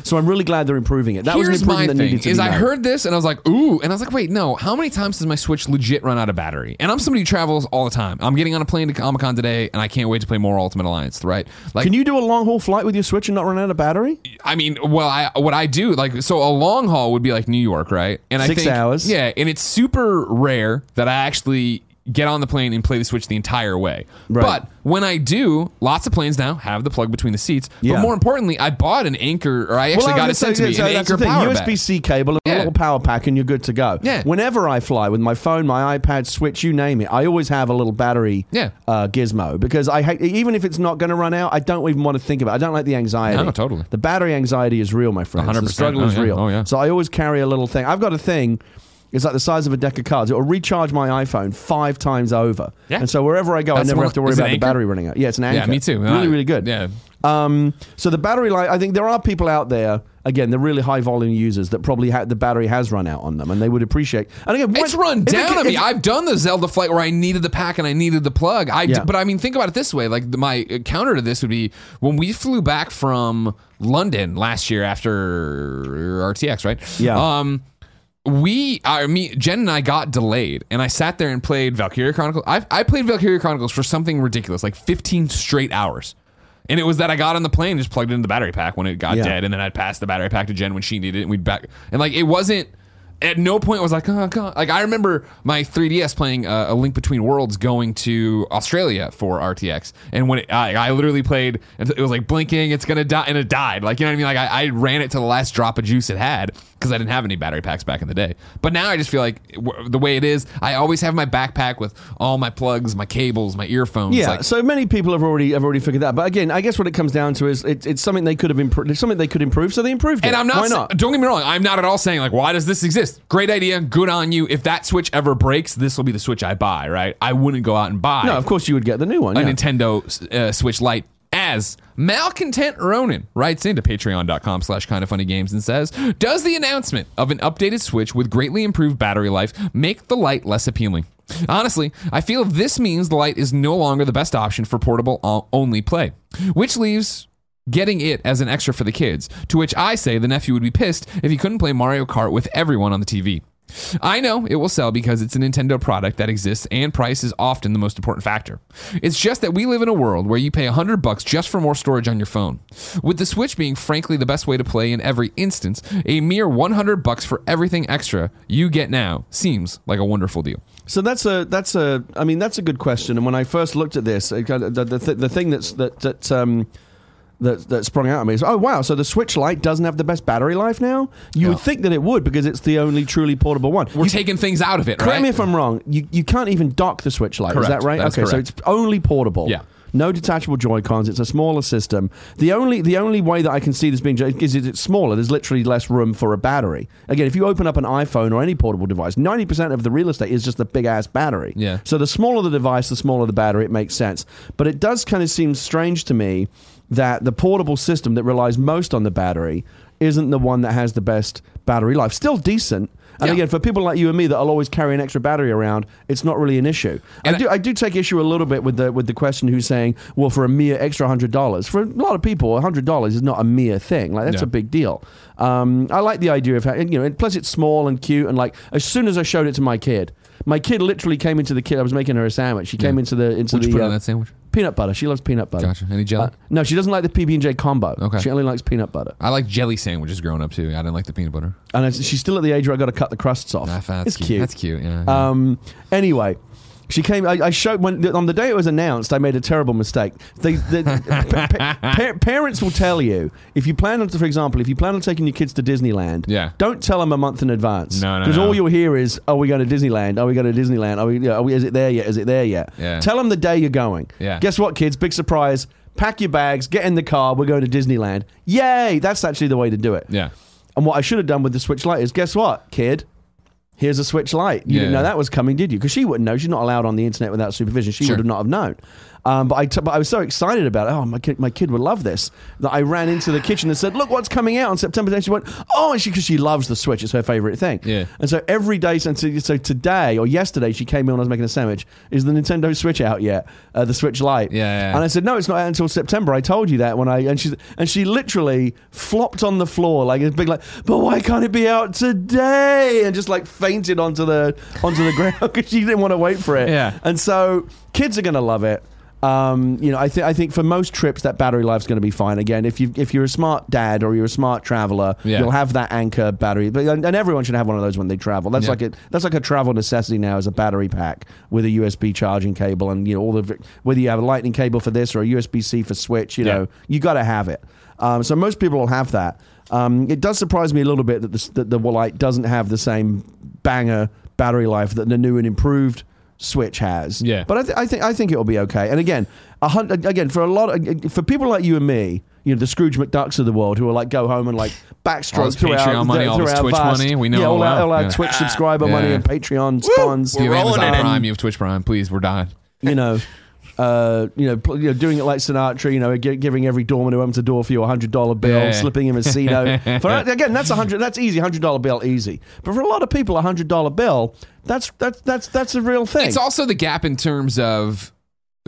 Speaker 2: So I'm really glad they're improving it. That was
Speaker 1: Here's
Speaker 2: an
Speaker 1: my
Speaker 2: improvement that
Speaker 1: thing:
Speaker 2: needed to
Speaker 1: is
Speaker 2: be
Speaker 1: I
Speaker 2: made.
Speaker 1: heard this, and I was like, ooh, and I was like, wait, no. How many times does my Switch legit run out of battery? And I'm somebody who travels all the time. I'm getting on a plane to Comic Con today, and I can't wait to play more Ultimate Alliance. Right? Like,
Speaker 2: Can you do a long haul flight with your Switch and not run out of battery?
Speaker 1: I mean, well, I what I do like so a long haul would be like New York, right? And
Speaker 2: Six
Speaker 1: I think,
Speaker 2: hours.
Speaker 1: Yeah, and it's super rare that I actually get on the plane and play the Switch the entire way.
Speaker 2: Right.
Speaker 1: But when I do, lots of planes now have the plug between the seats. But
Speaker 2: Yeah.
Speaker 1: more importantly, I bought an anchor, or I actually
Speaker 2: I
Speaker 1: got
Speaker 2: was
Speaker 1: it
Speaker 2: gonna
Speaker 1: sent
Speaker 2: say,
Speaker 1: to me
Speaker 2: yeah, so
Speaker 1: an
Speaker 2: that's the
Speaker 1: anchor
Speaker 2: thing.
Speaker 1: power bank.
Speaker 2: USB-C cable and
Speaker 1: Yeah.
Speaker 2: a little power pack, and you're good to go.
Speaker 1: Yeah.
Speaker 2: Whenever I fly with my phone, my iPad, Switch, you name it, I always have a little battery
Speaker 1: Yeah.
Speaker 2: uh, gizmo because I hate, even if it's not going to run out, I don't even want to think about. it. I don't like the anxiety.
Speaker 1: No, totally.
Speaker 2: The battery anxiety is real, my friends.
Speaker 1: 100%.
Speaker 2: The struggle
Speaker 1: Oh,
Speaker 2: is
Speaker 1: yeah.
Speaker 2: real.
Speaker 1: Oh, yeah.
Speaker 2: So I always carry a little thing. I've got a thing. It's like the size of a deck of cards. It will recharge my iPhone five times over.
Speaker 1: Yeah.
Speaker 2: And so wherever I go,
Speaker 1: That's the
Speaker 2: I never
Speaker 1: one-
Speaker 2: have to worry
Speaker 1: is it
Speaker 2: about the
Speaker 1: anchor?
Speaker 2: battery running out. Yeah, it's an anchor.
Speaker 1: Yeah, me too. Uh,
Speaker 2: Really, really good.
Speaker 1: Yeah.
Speaker 2: Um, so the battery life, I think there are people out there, again, they're really high volume users that probably ha- the battery has run out on them and they would appreciate. And again,
Speaker 1: It's
Speaker 2: what-
Speaker 1: run
Speaker 2: if it
Speaker 1: down
Speaker 2: can-
Speaker 1: on me.
Speaker 2: if-
Speaker 1: I've done the Zelda flight where I needed the pack and I needed the plug. I d-
Speaker 2: Yeah.
Speaker 1: but I mean, think about it this way: like the- my uh, counter to this would be when we flew back from London last year after RTX, right?
Speaker 2: Yeah.
Speaker 1: Um, we, I mean, Jen and I got delayed, and I sat there and played Valkyria Chronicles. I, I played Valkyria Chronicles for something ridiculous, like 15 straight hours. And it was that I got on the plane, and just plugged it into the battery pack when it got
Speaker 2: Yeah.
Speaker 1: dead, and then I'd pass the battery pack to Jen when she needed it, and we'd back. And like, it wasn't. At no point was I like, oh god. Like I remember my 3DS playing uh, a Link Between Worlds, going to Australia for RTX, and when it, I, I literally played, it was like blinking, it's gonna die, and it died. Like you know what I mean? Like I, I ran it to the last drop of juice it had because I didn't have any battery packs back in the day. But now I just feel like w- the way it is, I always have my backpack with all my plugs, my cables, my earphones.
Speaker 2: Yeah,
Speaker 1: like,
Speaker 2: so many people have already have already figured that. But again, I guess what it comes down to is it, it's something they could have improved. Something they could improve, so they improved
Speaker 1: And
Speaker 2: it.
Speaker 1: I'm not,
Speaker 2: Why not?
Speaker 1: Don't get me wrong. I'm not at all saying like, why does this exist? Great idea. Good on you. If that Switch ever breaks, this will be the Switch I buy. Right? I wouldn't go out and buy
Speaker 2: no, of course you would get the new one.
Speaker 1: a
Speaker 2: yeah.
Speaker 1: Nintendo uh, Switch Lite as Malcontent Ronan writes into patreon.com slash kind of funny games and says, Does the announcement of an updated Switch with greatly improved battery life make the light less appealing? Honestly, I feel this means the light is no longer the best option for portable o- only play, which leaves getting it as an extra for the kids. To which I say the nephew would be pissed if he couldn't play Mario Kart with everyone on the TV. I know it will sell because it's a Nintendo product that exists and price is often the most important factor. It's just that we live in a world where you pay 100 bucks just for more storage on your phone. With the Switch being frankly the best way to play in every instance, a mere 100 bucks for everything extra you get now seems like a wonderful deal.
Speaker 2: So that's a that's a I mean that's a good question. And when I first looked at this, it kind of- the, the, th- the thing that's that that um that that sprung out at me is oh wow, so the Switch Lite doesn't have the best battery life now. You would think that it would because it's the only truly portable one.
Speaker 1: We're taking things out of it,
Speaker 2: Correct
Speaker 1: right?
Speaker 2: me if I'm wrong. You you can't even dock the Switch Lite. Is
Speaker 1: Correct.
Speaker 2: that right?
Speaker 1: That is
Speaker 2: okay, so
Speaker 1: correct.
Speaker 2: it's only portable.
Speaker 1: Yeah.
Speaker 2: No detachable Joy Cons. It's a smaller system. The only the only way that I can see this being ju- is it's smaller. There's literally less room for a battery. Again, if you open up an iPhone or any portable device, ninety percent of the real estate is just a big ass battery.
Speaker 1: Yeah.
Speaker 2: So the smaller the device, the smaller the battery. It makes sense. But it does kind of seem strange to me that the portable system that relies most on the battery isn't the one that has the best battery life. Still decent. And
Speaker 1: Yeah.
Speaker 2: again, for people like you and me that'll always carry an extra battery around, it's not really an issue. I
Speaker 1: And I-
Speaker 2: do, I do take issue a little bit with the with the question who's saying, well, for a mere extra hundred dollars, for a lot of people, hundred dollars is not a mere thing. Like that's
Speaker 1: Yeah.
Speaker 2: a big deal. Um, I like the idea of how, and, you know, and plus it's small and cute, and like as soon as I showed it to my kid, my kid literally came into the kid. I was making her a sandwich. She came into the into
Speaker 1: Would you
Speaker 2: the
Speaker 1: put it on
Speaker 2: uh,
Speaker 1: that sandwich?
Speaker 2: peanut butter. She loves peanut butter.
Speaker 1: Gotcha. Any jelly?
Speaker 2: Uh, no, she doesn't like the PB and J combo.
Speaker 1: Okay.
Speaker 2: She only likes peanut butter.
Speaker 1: I like jelly sandwiches growing up too. I didn't like the peanut butter.
Speaker 2: And I, she's still at the age where I got to cut the crusts off.
Speaker 1: That's, that's
Speaker 2: it's
Speaker 1: cute.
Speaker 2: cute.
Speaker 1: That's cute. Yeah.
Speaker 2: Um, anyway, she came. I, I showed when on the day it was announced. I made a terrible mistake. They, the, pa- pa- pa- parents will tell you if you plan on, for example, if you plan on taking your kids to Disneyland.
Speaker 1: Yeah.
Speaker 2: Don't tell them a month in advance.
Speaker 1: No, no,
Speaker 2: Because
Speaker 1: no.
Speaker 2: all you'll hear is, "Are we going to Disneyland? Are we going to Disneyland? Are we? you know, Are we? Is it there yet? Is it there yet?"
Speaker 1: Yeah.
Speaker 2: Tell them the day you're going.
Speaker 1: Yeah.
Speaker 2: Guess what, kids? Big surprise. Pack your bags. Get in the car. We're going to Disneyland. Yay! That's actually the way to do it.
Speaker 1: yeah.
Speaker 2: And what I should have done with the Switch Lite is guess what, kid? Here's a Switch Lite. You didn't
Speaker 1: Yeah.
Speaker 2: know that was coming, did you? Because she wouldn't know. She's not allowed on the internet without supervision. She
Speaker 1: Sure.
Speaker 2: would have not have known. Um, but, I t- but I was so excited about it. Oh, my kid, my kid would love this. That I ran into the kitchen and said, "Look what's coming out on September." 10th." She went, "Oh," and she because she loves the Switch. It's her favorite thing.
Speaker 1: Yeah.
Speaker 2: And so every day since so today or yesterday, she came in when I was making a sandwich. Is the Nintendo Switch out yet? Uh, the Switch Lite.
Speaker 1: Yeah, yeah, yeah.
Speaker 2: And I said, "No, it's not out until September." I told you that when I and she and she literally flopped on the floor like a big like, "But why can't it be out today?" And just like fainted onto the onto the ground because she didn't want to wait for it.
Speaker 1: Yeah.
Speaker 2: And so kids are going to love it. Um, you know, I think I think for most trips that battery life's going to be fine. Again, if you if you're a smart dad or you're a smart traveler,
Speaker 1: Yeah.
Speaker 2: you'll have that anchor battery. But and, and everyone should have one of those when they travel. That's
Speaker 1: Yeah.
Speaker 2: like a that's like a travel necessity now is a battery pack with a USB charging cable and you know all the whether you have a lightning cable for this or a USB C for switch. You
Speaker 1: Yeah.
Speaker 2: know, you got to have it. Um, so most people will have that. Um, it does surprise me a little bit that the, that the Lite doesn't have the same banger battery life that the new and improved Switch has.
Speaker 1: Yeah.
Speaker 2: but I, th- I think I think it'll be okay. And again, a hun- again for a lot of, for people like you and me, you know, the Scrooge McDucks of the world who will like go home and like
Speaker 1: All
Speaker 2: backstroke
Speaker 1: this
Speaker 2: through
Speaker 1: Patreon
Speaker 2: our
Speaker 1: money,
Speaker 2: through
Speaker 1: all this
Speaker 2: our
Speaker 1: Twitch
Speaker 2: vast-
Speaker 1: money, we know
Speaker 2: yeah, all
Speaker 1: all
Speaker 2: our,
Speaker 1: that.
Speaker 2: all our
Speaker 1: Yeah.
Speaker 2: Twitch subscriber
Speaker 1: Yeah.
Speaker 2: money and Patreon spawns.
Speaker 1: Do you have
Speaker 3: rolling
Speaker 1: Amazon
Speaker 3: in it.
Speaker 1: Prime? You have Twitch Prime. Please, we're dying.
Speaker 2: you know, uh, you know, pl- you know, doing it like Sinatra, you know, gi- giving every doorman who opens a door for you a hundred dollar bill,
Speaker 1: Yeah.
Speaker 2: slipping him a Cino. for again, that's a hundred. That's easy, hundred dollar bill, easy. But for a lot of people, a hundred dollar bill, that's that's that's that's a real thing.
Speaker 1: It's also the gap in terms of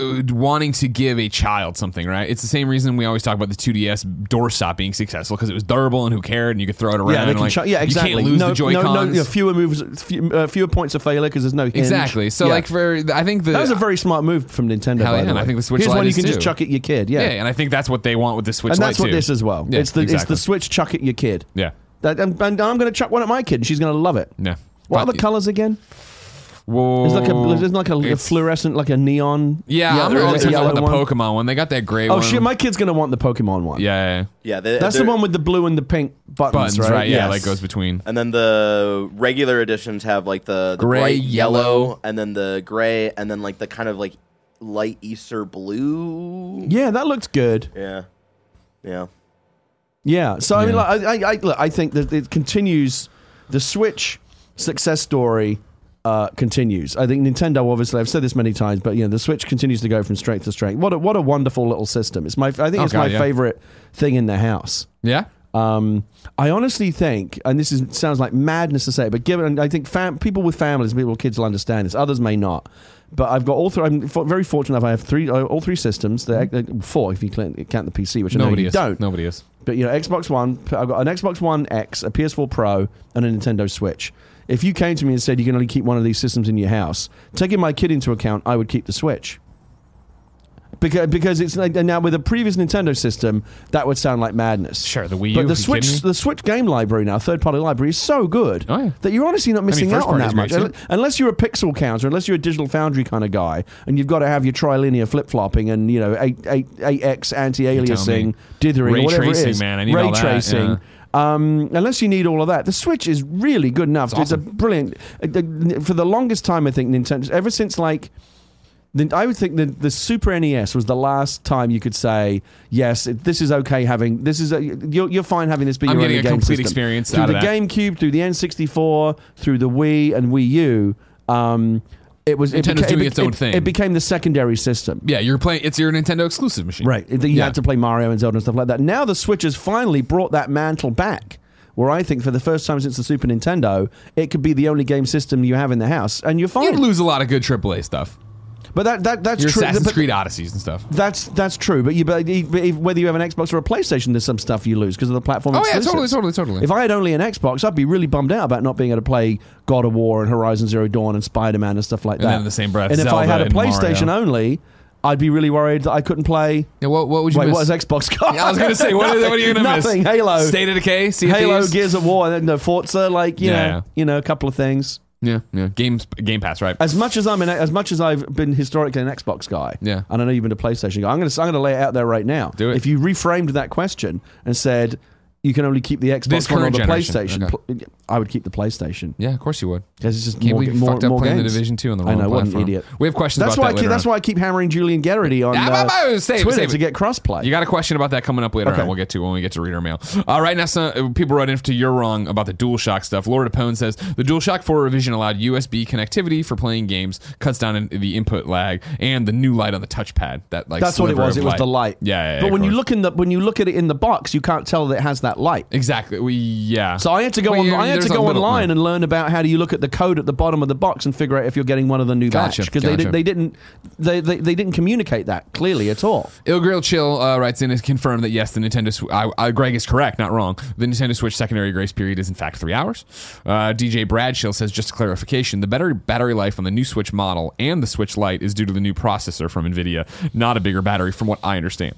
Speaker 1: uh, wanting to give a child something, right? It's the same reason we always talk about the 2DS doorstop being successful because it was durable and who cared and you could throw it around.
Speaker 2: yeah, they
Speaker 1: and,
Speaker 2: can
Speaker 1: like,
Speaker 2: chu- yeah, exactly.
Speaker 1: You can't lose
Speaker 2: no,
Speaker 1: the Joy
Speaker 2: no,
Speaker 1: Cons.
Speaker 2: no, yeah, fewer moves, few, uh, fewer points of failure because there's no hinge.
Speaker 1: exactly. So,
Speaker 2: Yeah.
Speaker 1: like, for I think the
Speaker 2: that was a very smart move from Nintendo.
Speaker 1: Hell
Speaker 2: by
Speaker 1: yeah,
Speaker 2: the
Speaker 1: and
Speaker 2: way.
Speaker 1: I think the Switch
Speaker 2: Here's
Speaker 1: Lite
Speaker 2: one you
Speaker 1: is
Speaker 2: can just
Speaker 1: too.
Speaker 2: chuck at your kid.
Speaker 1: yeah.
Speaker 2: Yeah,
Speaker 1: and I think that's what they want with the Switch
Speaker 2: and that's
Speaker 1: Lite
Speaker 2: what
Speaker 1: too.
Speaker 2: this is well.
Speaker 1: Yeah,
Speaker 2: it's the
Speaker 1: exactly.
Speaker 2: it's the Switch chuck at your kid.
Speaker 1: Yeah,
Speaker 2: That, and, and I'm going to chuck one at my kid, and she's going to love it.
Speaker 1: yeah.
Speaker 2: What are
Speaker 1: But-
Speaker 2: the colors again?
Speaker 1: Whoa.
Speaker 2: It's like a, it's like a, a
Speaker 1: It's-
Speaker 2: fluorescent, like a neon.
Speaker 1: Yeah, I'm
Speaker 2: yellow-
Speaker 1: really talking
Speaker 2: yellow
Speaker 1: about the
Speaker 2: one.
Speaker 1: Pokemon one. They got that gray
Speaker 2: Oh
Speaker 1: one.
Speaker 2: shit, my kid's gonna want the Pokemon one.
Speaker 1: yeah, yeah.
Speaker 3: Yeah, they,
Speaker 2: that's the
Speaker 3: they're-
Speaker 2: one with the blue and the pink buttons,
Speaker 1: buttons, right? Yeah,
Speaker 2: Yes.
Speaker 1: like goes between.
Speaker 3: And then the regular editions have like the, the
Speaker 1: Gray,
Speaker 3: bright
Speaker 1: yellow.
Speaker 3: and then the gray, and then like the kind of like light Easter blue.
Speaker 2: Yeah, that looks good.
Speaker 3: Yeah, yeah.
Speaker 2: Yeah. So I mean, like, I, I, I, look, I think that it continues the Switch success story uh, continues. I think Nintendo, obviously, I've said this many times, but you know, the Switch continues to go from strength to strength. What a, what a wonderful little system! It's my I think it's
Speaker 1: Okay,
Speaker 2: my
Speaker 1: yeah.
Speaker 2: favorite thing in the house.
Speaker 1: Yeah.
Speaker 2: Um, I honestly think, and this is, sounds like madness to say, but given I think fam- people with families, people with kids will understand this. Others may not. But I've got all three. I'm fo- very fortunate enough. I have three, uh, all three systems. They're, they're four if you cl- count the PC, which I know
Speaker 1: Mm-hmm. Nobody
Speaker 2: you
Speaker 1: is.
Speaker 2: don't.
Speaker 1: Nobody is.
Speaker 2: But you know, Xbox One. I've got an Xbox One X, a PS4 Pro, and a Nintendo Switch. If you came to me and said you can only keep one of these systems in your house, taking my kid into account, I would keep the Switch. Because, because it's like, and now with a previous Nintendo system, that would sound like madness.
Speaker 1: Sure, the Wii U,
Speaker 2: But the
Speaker 1: if you're kidding
Speaker 2: Switch,
Speaker 1: me.
Speaker 2: the Switch game library now, third party library, is so good
Speaker 1: Oh, yeah.
Speaker 2: that you're honestly not missing
Speaker 1: first
Speaker 2: out on that
Speaker 1: party's
Speaker 2: much.
Speaker 1: great, too.
Speaker 2: Unless you're a pixel counter, unless you're a digital foundry kind of guy, and you've got to have your trilinear flip flopping and you know eight eight eight x anti aliasing,
Speaker 1: me.
Speaker 2: dithering,
Speaker 1: Ray
Speaker 2: or whatever
Speaker 1: tracing,
Speaker 2: it is,
Speaker 1: man, I need
Speaker 2: ray
Speaker 1: all that,
Speaker 2: tracing.
Speaker 1: yeah.
Speaker 2: Um, unless you need all of that, the Switch is really good enough. It's, a brilliant. uh, uh, For the longest time, I think Nintendo, ever since like the, I would think the, the Super NES was the last time you could say yes. It, this is okay having this is a, you're, you're fine having this be
Speaker 1: I'm
Speaker 2: your
Speaker 1: getting
Speaker 2: only
Speaker 1: a
Speaker 2: game
Speaker 1: complete
Speaker 2: system.
Speaker 1: experience
Speaker 2: through
Speaker 1: out
Speaker 2: the
Speaker 1: of that.
Speaker 2: GameCube, through the N64, through the Wii and Wii U. Um, it was it,
Speaker 1: Nintendo's
Speaker 2: beca- it
Speaker 1: doing
Speaker 2: be-
Speaker 1: its own
Speaker 2: it-
Speaker 1: thing.
Speaker 2: It became the secondary system.
Speaker 1: Yeah, you're playing. It's your Nintendo exclusive machine.
Speaker 2: Right. You
Speaker 1: Yeah.
Speaker 2: had to play Mario and Zelda and stuff like that. Now the Switch has finally brought that mantle back, where I think for the first time since the Super Nintendo, it could be the only game system you have in the house, and you're fine.
Speaker 1: You'd lose a lot of good AAA stuff.
Speaker 2: But that, that that's
Speaker 1: Your
Speaker 2: true.
Speaker 1: Assassin's
Speaker 2: but-
Speaker 1: Creed Odysseys and stuff.
Speaker 2: That's that's true, but you but, you- but if, whether you have an Xbox or a PlayStation, there's some stuff you lose because of the platform.
Speaker 1: Oh, yeah, totally,
Speaker 2: exclusives.
Speaker 1: totally, totally.
Speaker 2: If I had only an Xbox, I'd be really bummed out about not being able to play God of War and Horizon Zero Dawn and Spider Man and stuff like
Speaker 1: And
Speaker 2: that.
Speaker 1: then in the same breath,
Speaker 2: and if I
Speaker 1: Zelda
Speaker 2: had a
Speaker 1: and
Speaker 2: PlayStation
Speaker 1: Mario.
Speaker 2: only, I'd be really worried that I couldn't play.
Speaker 1: Yeah, what, what would you
Speaker 2: Wait,
Speaker 1: miss?
Speaker 2: what is Xbox got?
Speaker 1: Yeah, I was gonna say, what, is, what are you gonna miss?
Speaker 2: Nothing. Halo.
Speaker 1: State of Decay, Sea of
Speaker 2: Halo,
Speaker 1: Thieves?
Speaker 2: Gears of War, and then no Forza, like you
Speaker 1: Yeah,
Speaker 2: know,
Speaker 1: yeah.
Speaker 2: you know, a couple of things.
Speaker 1: yeah, yeah. Game, Game Pass, right?
Speaker 2: As much as I'm an, as much as I've been historically an Xbox guy,
Speaker 1: Yeah.
Speaker 2: and I know you've been a PlayStation guy. I'm gonna I'm gonna lay it out there right now.
Speaker 1: Do it.
Speaker 2: If you reframed that question and said you can only keep the Xbox
Speaker 1: This
Speaker 2: One or
Speaker 1: current
Speaker 2: the
Speaker 1: generation.
Speaker 2: PlayStation, pl- I would keep the PlayStation
Speaker 1: yeah, of course you would.
Speaker 2: because it's just
Speaker 1: Can't
Speaker 2: more,
Speaker 1: believe you
Speaker 2: more,
Speaker 1: fucked up
Speaker 2: more
Speaker 1: playing the
Speaker 2: games.
Speaker 1: Division Two on the
Speaker 2: I
Speaker 1: wrong
Speaker 2: know, what an
Speaker 1: platform.
Speaker 2: idiot.
Speaker 1: We have questions
Speaker 2: That's
Speaker 1: about
Speaker 2: why
Speaker 1: that
Speaker 2: I keep,
Speaker 1: later
Speaker 2: that's
Speaker 1: on.
Speaker 2: why I keep hammering Julian Garrity on
Speaker 1: Ah,
Speaker 2: uh,
Speaker 1: ah, ah, save it,
Speaker 2: Twitter
Speaker 1: save it.
Speaker 2: to get crossplay.
Speaker 1: You got a question about that coming up later
Speaker 2: Okay.
Speaker 1: on. We'll get to it when we get to read our mail. All right, now some uh, people wrote in to you're wrong about the DualShock stuff. Laura Depone says the DualShock 4 revision allowed USB connectivity for playing games, cuts down in- the input lag, and the new light on the touchpad. That like
Speaker 2: that's what it
Speaker 1: sliver
Speaker 2: was.
Speaker 1: of
Speaker 2: It was the light.
Speaker 1: Yeah, yeah, yeah,
Speaker 2: but
Speaker 1: of
Speaker 2: when you
Speaker 1: course.
Speaker 2: look in the when you look at it in the box, you can't tell that it has that light.
Speaker 1: exactly, we yeah.
Speaker 2: So I had to go
Speaker 1: Well,
Speaker 2: on,
Speaker 1: you-
Speaker 2: I had to
Speaker 1: there's a
Speaker 2: go
Speaker 1: little-
Speaker 2: online and learn about how do you look at the code at the bottom of the box and figure out if you're getting one of the new
Speaker 1: Gotcha,
Speaker 2: batch because they,
Speaker 1: gotcha.
Speaker 2: did, they didn't they, they, they didn't communicate that clearly at all.
Speaker 1: Ilgrill Chill uh, writes in and confirmed that yes, the Nintendo. Sw- I, I, Greg is correct, not wrong. The Nintendo Switch secondary grace period is in fact three hours. Uh, DJ Bradshill says just clarification: the better battery life on the new Switch model and the Switch Lite is due to the new processor from Nvidia, not a bigger battery, from what I understand.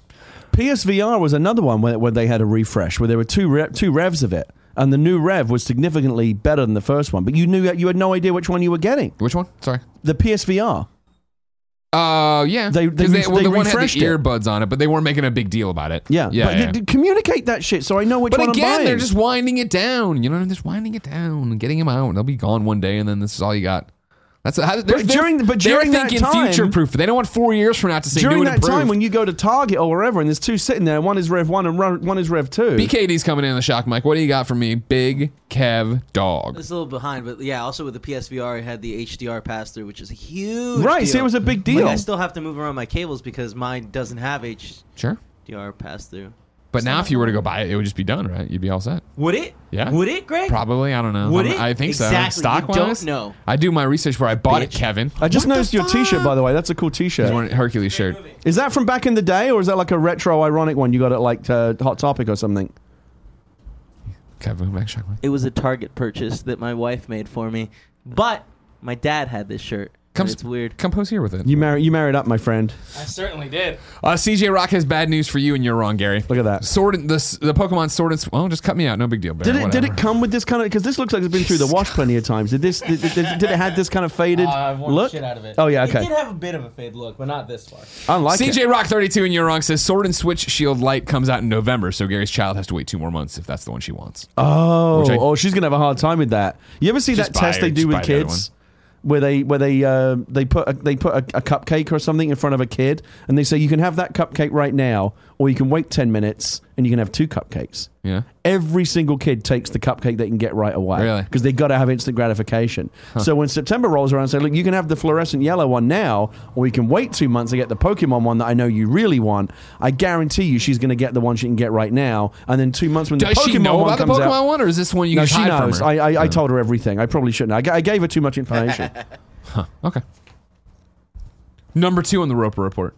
Speaker 2: PSVR was another one where, where they had a refresh where there were two re- two revs of it and the new rev was significantly better than the first one, but you knew you had no idea which one you were getting.
Speaker 1: Which one? Sorry.
Speaker 2: The PSVR.
Speaker 1: Uh, yeah.
Speaker 2: They- they
Speaker 1: 'Cause
Speaker 2: re-
Speaker 1: well,
Speaker 2: they
Speaker 1: the one had the
Speaker 2: refreshed it.
Speaker 1: earbuds on it, but they weren't making a big deal about it.
Speaker 2: Yeah,
Speaker 1: yeah.
Speaker 2: But
Speaker 1: yeah.
Speaker 2: d- d- communicate that shit so I know which
Speaker 1: But
Speaker 2: one I'm
Speaker 1: again,
Speaker 2: buying.
Speaker 1: they're just winding it down. You know, they're just winding it down and getting them out. They'll be gone one day, and then this is all you got. That's how, they're,
Speaker 2: But during-
Speaker 1: they're,
Speaker 2: but during
Speaker 1: they're
Speaker 2: that
Speaker 1: thinking
Speaker 2: time-
Speaker 1: future proof. They don't want four years from now to say
Speaker 2: during
Speaker 1: new and
Speaker 2: that
Speaker 1: improved.
Speaker 2: time when you go to Target or wherever, and there's two sitting there, one is Rev One and Ro- one is Rev Two.
Speaker 1: BKD's coming in on the shock mic. What do you got for me? Big Kev Dog.
Speaker 4: It's a little behind, but yeah. Also with the PSVR, I had the HDR pass through, which is a huge.
Speaker 2: Right,
Speaker 4: deal.
Speaker 2: so it was a big
Speaker 4: Like,
Speaker 2: deal.
Speaker 4: I still have to move around my cables because mine doesn't have HDR
Speaker 1: Sure.
Speaker 4: pass through.
Speaker 1: But now if you were to go buy it, it would just be done, right? You'd be all set.
Speaker 4: Would it?
Speaker 1: Yeah.
Speaker 4: Would it, Greg?
Speaker 1: Probably. I don't know.
Speaker 4: Would
Speaker 1: I'm-
Speaker 4: it?
Speaker 1: I think so.
Speaker 4: Exactly.
Speaker 1: Stock
Speaker 4: You don't
Speaker 1: wise?
Speaker 4: know.
Speaker 1: I do my research where I bought it,
Speaker 4: Bitch.
Speaker 1: Kevin.
Speaker 2: I just noticed your T-shirt, by the way. That's a cool T-shirt.
Speaker 1: He's wearing a Hercules shirt.
Speaker 2: Is that from back in the day, or is that like a retro, ironic one you got at like uh, Hot Topic or something?
Speaker 1: Kevin, back shock mic.
Speaker 4: It was a Target purchase that my wife made for me, but my dad had this shirt. and
Speaker 1: Come,
Speaker 4: it's weird.
Speaker 1: Come pose here with it.
Speaker 2: You married, you married up, my friend.
Speaker 5: I certainly did.
Speaker 1: Uh, CJ Rock has bad news for you, and you're wrong, Gary.
Speaker 2: Look at that.
Speaker 1: Uh, Sword and the the Pokemon Sword and Sw- well, just cut me out. No big deal. Bear,
Speaker 2: Did it did
Speaker 1: whatever.
Speaker 2: it come with this kind of? Because this looks like it's been through the wash plenty of times. Did this did, did, did it had this kind of faded
Speaker 5: Uh, I've worn
Speaker 2: look?
Speaker 5: the shit out of it.
Speaker 2: Oh yeah,
Speaker 5: It
Speaker 2: okay.
Speaker 5: did have a bit of a fade look, but not this far.
Speaker 2: I like it.
Speaker 1: CJ Rock 32 and you're wrong says Sword and Switch Shield Light comes out in November, so Gary's child has to wait two more months if that's the one she wants.
Speaker 2: Oh,
Speaker 1: Which I-
Speaker 2: oh, she's gonna have a hard time with that. You ever see that
Speaker 1: Just buy
Speaker 2: test
Speaker 1: it,
Speaker 2: they do
Speaker 1: just
Speaker 2: with
Speaker 1: buy the other
Speaker 2: kids, where they where they uh, they put a, they put a, a cupcake or something in front of a kid, and they say you can have that cupcake right now, or you can wait ten minutes and you can have two cupcakes.
Speaker 1: Yeah.
Speaker 2: Every single kid takes the cupcake they can get right away.
Speaker 1: Really?
Speaker 2: Because they got to have instant gratification. So when September rolls around, say, look, you can have the fluorescent yellow one now, or you can wait two months and get the Pokemon one that I know you really want. I guarantee you she's going to get the one she can get right now. And then two months when
Speaker 1: Does
Speaker 2: the Pokemon
Speaker 1: she know
Speaker 2: one
Speaker 1: about the
Speaker 2: comes
Speaker 1: Pokemon
Speaker 2: out.
Speaker 1: one, or is this one you
Speaker 2: no,
Speaker 1: guys
Speaker 2: she
Speaker 1: hide
Speaker 2: knows.
Speaker 1: from
Speaker 2: I,
Speaker 1: her?
Speaker 2: I, I told her everything. I probably shouldn't. I, ga- I gave her too much information.
Speaker 1: okay. Number two on the Roper Report.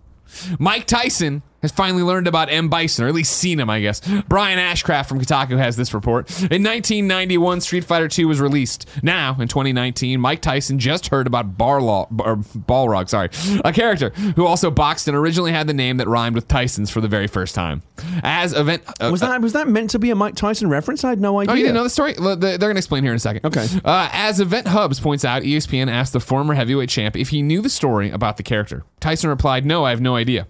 Speaker 1: Mike Tyson has finally learned about M. Bison, or at least seen him, I guess. Brian Ashcraft from Kotaku has this report. In 1991, Street Fighter II was released. Now, in 2019, Mike Tyson just heard about Barlaw, or Balrog, sorry, a character who also boxed and originally had the name that rhymed with Tyson's for the very first time. As event, uh,
Speaker 2: was that was that meant to be a Mike Tyson reference? I had no idea.
Speaker 1: Oh, you didn't know the story? Well, they- They're going to explain here in a second.
Speaker 2: Okay.
Speaker 1: Uh, as Event Hubs points out, E ESPN asked the former heavyweight champ if he knew the story about the character. Tyson replied, No, I have no idea.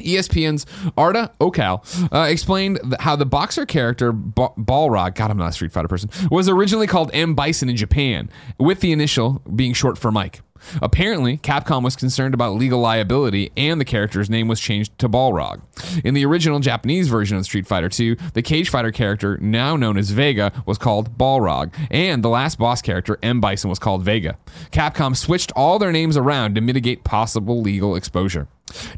Speaker 1: E ESPN's Arda Okal uh, explained th- how the boxer character ba- Balrog, God, I'm not a Street Fighter person, was originally called M. Bison in Japan, with the initial being short for Mike. Apparently, Capcom was concerned about legal liability, and the character's name was changed to Balrog. In the original Japanese version of Street Fighter II, the Cage Fighter character, now known as Vega, was called Balrog, and the last boss character, M. Bison, was called Vega. Capcom switched all their names around to mitigate possible legal exposure.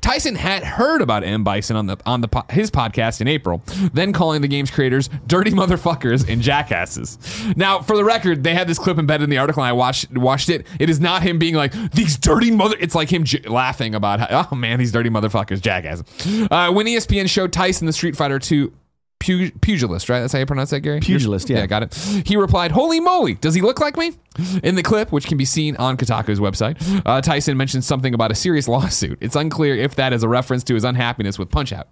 Speaker 1: Tyson had heard about M Bison on the on the po- his podcast in April, then calling the game's creators dirty motherfuckers and jackasses. Now, for the record, they had this clip embedded in the article, and I watched watched it. It is not him being like these dirty mother. It's like him j- laughing about how, oh man, these dirty motherfuckers, jackasses. Uh, when ESPN showed Tyson the Street Fighter two. Pu- pugilist, right? That's how you pronounce that, Gary?
Speaker 2: Pugilist, yeah.
Speaker 1: Yeah, got it. He replied, Holy moly, does he look like me? In the clip, which can be seen on Kotaku's website, uh, Tyson mentions something about a serious lawsuit. It's unclear if that is a reference to his unhappiness with Punch Out.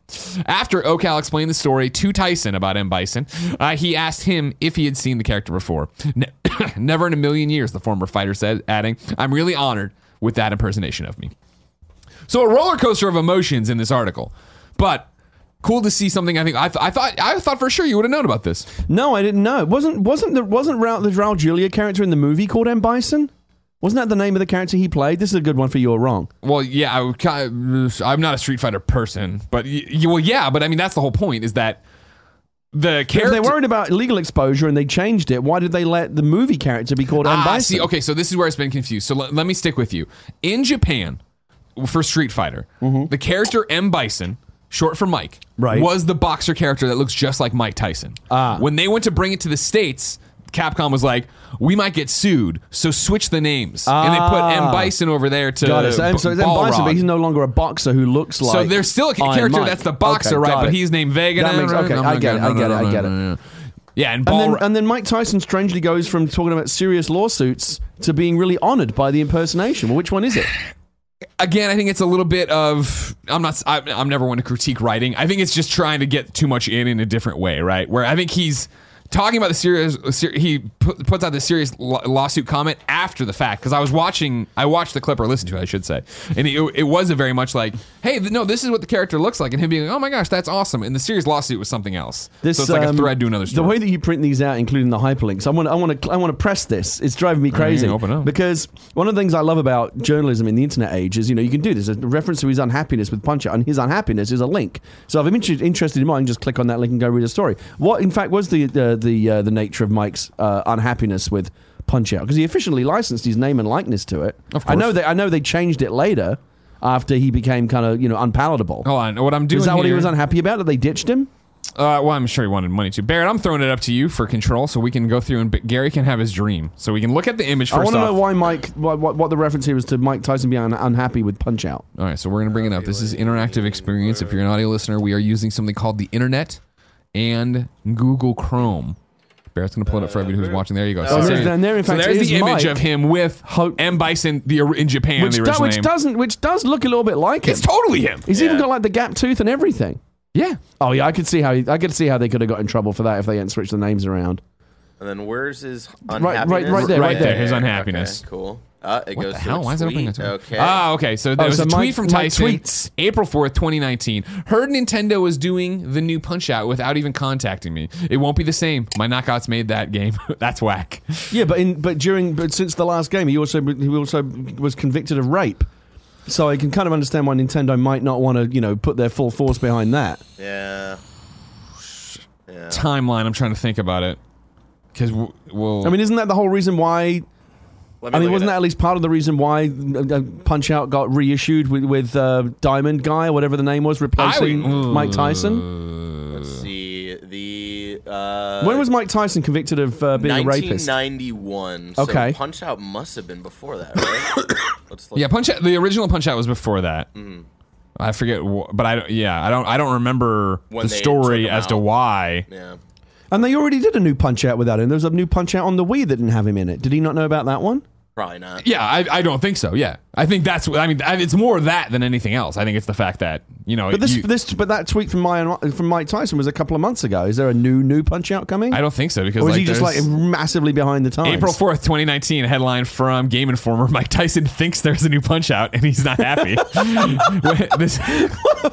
Speaker 1: After Ocal explained the story to Tyson about M. Bison, uh, he asked him if he had seen the character before. Ne- Never in a million years, the former fighter said, adding, I'm really honored with that impersonation of me. So a roller coaster of emotions in this article, but cool to see something. I think I, th- I thought I thought for sure you would have known about this.
Speaker 2: No, I didn't know. It wasn't wasn't the wasn't Ra- the Raul Julia character in the movie called M Bison? Wasn't that the name of the character he played? This is a good one for you. Or wrong?
Speaker 1: Well, yeah, I would kind of, I'm not a Street Fighter person, but y- y- well, yeah, but I mean that's the whole point is that the
Speaker 2: If
Speaker 1: character.
Speaker 2: they worried about legal exposure and they changed it, why did they let the movie character be called M
Speaker 1: Ah,
Speaker 2: Bison?
Speaker 1: see, okay, so this is where it's been confused. So let, let me stick with you. In Japan, for Street Fighter, the character M Bison, short for Mike,
Speaker 2: Mm-hmm. Right.
Speaker 1: was the boxer character that looks just like Mike Tyson.
Speaker 2: Ah.
Speaker 1: When they went to bring it to the states. Capcom was like, we might get sued, so switch the names, and they put M
Speaker 2: Ah.
Speaker 1: Bison over there to
Speaker 2: Got it. So, and so
Speaker 1: B-
Speaker 2: it's M Bison,
Speaker 1: Balrog.
Speaker 2: but he's no longer a boxer who looks like.
Speaker 1: So there's still a
Speaker 2: Iron
Speaker 1: character
Speaker 2: Mike.
Speaker 1: that's the boxer,
Speaker 2: Okay,
Speaker 1: right?
Speaker 2: got
Speaker 1: But
Speaker 2: it.
Speaker 1: he's named Vega.
Speaker 2: That
Speaker 1: now,
Speaker 2: makes-
Speaker 1: right?
Speaker 2: okay,
Speaker 1: No,
Speaker 2: I
Speaker 1: no,
Speaker 2: get it,
Speaker 1: no,
Speaker 2: I
Speaker 1: no,
Speaker 2: get
Speaker 1: no,
Speaker 2: it, I
Speaker 1: no,
Speaker 2: get
Speaker 1: no,
Speaker 2: it.
Speaker 1: no, no. Yeah, and
Speaker 2: And
Speaker 1: Ball.
Speaker 2: then, uh, and then Mike Tyson strangely goes from talking about serious lawsuits to being really honored by the impersonation. Well, which one is it?
Speaker 1: again, I think it's a little bit of I'm not I, I'm never one to critique writing. I think it's just trying to get too much in in a different way, right? Where I think he's talking about the serious uh, ser- he put, puts out the serious la- lawsuit comment after the fact because I was watching I watched the clip or listened to it I should say and it, it was a very much like hey th- no this is what the character looks like and him being like oh my gosh that's awesome and the serious lawsuit was something else
Speaker 2: This,
Speaker 1: so it's like
Speaker 2: um,
Speaker 1: a thread to another story
Speaker 2: The way that you print these out, including the hyperlinks, I want, I want to, I want to press this. It's driving me crazy.
Speaker 1: open up.
Speaker 2: Because one of the things I love about journalism in the internet age is, you know, you can do this. A reference to his unhappiness with Punch Out, and his unhappiness is a link. So if I'm inter- interested in mine, just click on that link and go read a story. What, in fact, was the uh, the uh, the nature of Mike's uh, unhappiness with Punch Out? Because he officially licensed his name and likeness to it.
Speaker 1: Of
Speaker 2: I know
Speaker 1: course.
Speaker 2: they, I know they changed it later after he became kind of, you know, unpalatable.
Speaker 1: Hold on, Oh, what I'm doing
Speaker 2: is that what he
Speaker 1: here-
Speaker 2: was unhappy about? That they ditched him?
Speaker 1: Uh, well, I'm sure he wanted money too. Barrett, I'm throwing it up to you for control, so we can go through and but Gary can have his dream, so we can look at the image
Speaker 2: I
Speaker 1: first.
Speaker 2: want to
Speaker 1: off.
Speaker 2: know why Mike, what, what, what the reference here was to Mike Tyson being un- unhappy with Punch Out.
Speaker 1: All right, so we're gonna bring it up. This is interactive experience. If you're an audio listener, we are using something called the internet and Google Chrome. Barrett's gonna pull it up for everyone who's watching. There you go.
Speaker 2: Oh,
Speaker 1: so,
Speaker 2: there's- then there, in
Speaker 1: so
Speaker 2: fact,
Speaker 1: there's
Speaker 2: is
Speaker 1: the image
Speaker 2: Mike.
Speaker 1: of him with
Speaker 2: Ho-
Speaker 1: M Bison the or- in Japan.
Speaker 2: Which,
Speaker 1: the
Speaker 2: do-
Speaker 1: original
Speaker 2: which
Speaker 1: name.
Speaker 2: doesn't, which does look a little bit like him.
Speaker 1: It's totally him.
Speaker 2: He's even
Speaker 3: Yeah.
Speaker 2: got like the gap tooth and everything.
Speaker 1: Yeah.
Speaker 2: Oh yeah, I could see how he, I could see how they could have got in trouble for that if they hadn't switched the names around.
Speaker 3: And then where's his
Speaker 2: right
Speaker 3: unhappiness?
Speaker 2: there, right there.
Speaker 1: His unhappiness.
Speaker 3: Okay, cool. Uh, it
Speaker 1: What
Speaker 3: goes
Speaker 1: the
Speaker 3: to
Speaker 1: hell?
Speaker 3: a
Speaker 1: Why is it opening?
Speaker 3: tweet.
Speaker 1: a tweet?
Speaker 3: Okay.
Speaker 1: Ah, okay. So there
Speaker 2: Oh,
Speaker 1: was
Speaker 2: so
Speaker 1: a tweet
Speaker 2: Mike-
Speaker 1: from
Speaker 2: Mike
Speaker 1: Tyson,
Speaker 2: tweets.
Speaker 1: April fourth, twenty nineteen. Heard Nintendo was doing the new Punch Out without even contacting me. It won't be the same. My knockouts made that game. That's whack.
Speaker 2: Yeah, but in but during but since the last game, he also he also was convicted of rape. So I can kind of understand why Nintendo might not want to you know put their full force behind that.
Speaker 3: yeah.
Speaker 1: timeline. I'm trying to think about it because w- well,
Speaker 2: I mean, isn't that the whole reason why?
Speaker 3: Let
Speaker 2: I mean,
Speaker 3: look
Speaker 2: wasn't
Speaker 3: it
Speaker 2: that
Speaker 3: up.
Speaker 2: at least part of the reason why uh, Punch Out got reissued with, with uh, Diamond Guy or whatever the name was, replacing Mike Tyson?
Speaker 1: Mm.
Speaker 3: Let's see the uh,
Speaker 2: When was Mike Tyson convicted of uh, being a rapist?
Speaker 3: 1991.
Speaker 2: Okay.
Speaker 3: So Punch Out must have been before that, right? Let's look.
Speaker 1: Yeah, punch out. The original punch out was before that.
Speaker 3: Mm-hmm.
Speaker 1: I forget, wh- but I don't. Yeah, I don't. I don't remember
Speaker 3: When
Speaker 1: the
Speaker 3: they
Speaker 1: story
Speaker 3: took him
Speaker 1: as to
Speaker 3: out.
Speaker 1: why.
Speaker 3: Yeah.
Speaker 2: And they already did a new Punch Out without him. There was a new Punch Out on the Wii that didn't have him in it. Did he not know about that one?
Speaker 3: Probably not.
Speaker 1: Yeah, I, I don't think so. Yeah, I think that's. what- I mean, I- it's more that than anything else. I think it's the fact that you know.
Speaker 2: But this,
Speaker 1: you-
Speaker 2: this, but that tweet from my from Mike Tyson was a couple of months ago. Is there a new new Punch Out coming?
Speaker 1: I don't think so because
Speaker 2: or is
Speaker 1: like,
Speaker 2: he just like
Speaker 1: there's-
Speaker 2: massively behind the times?
Speaker 1: April fourth, twenty nineteen. Headline from Game Informer: Mike Tyson thinks there's a new punch out and he's not happy. this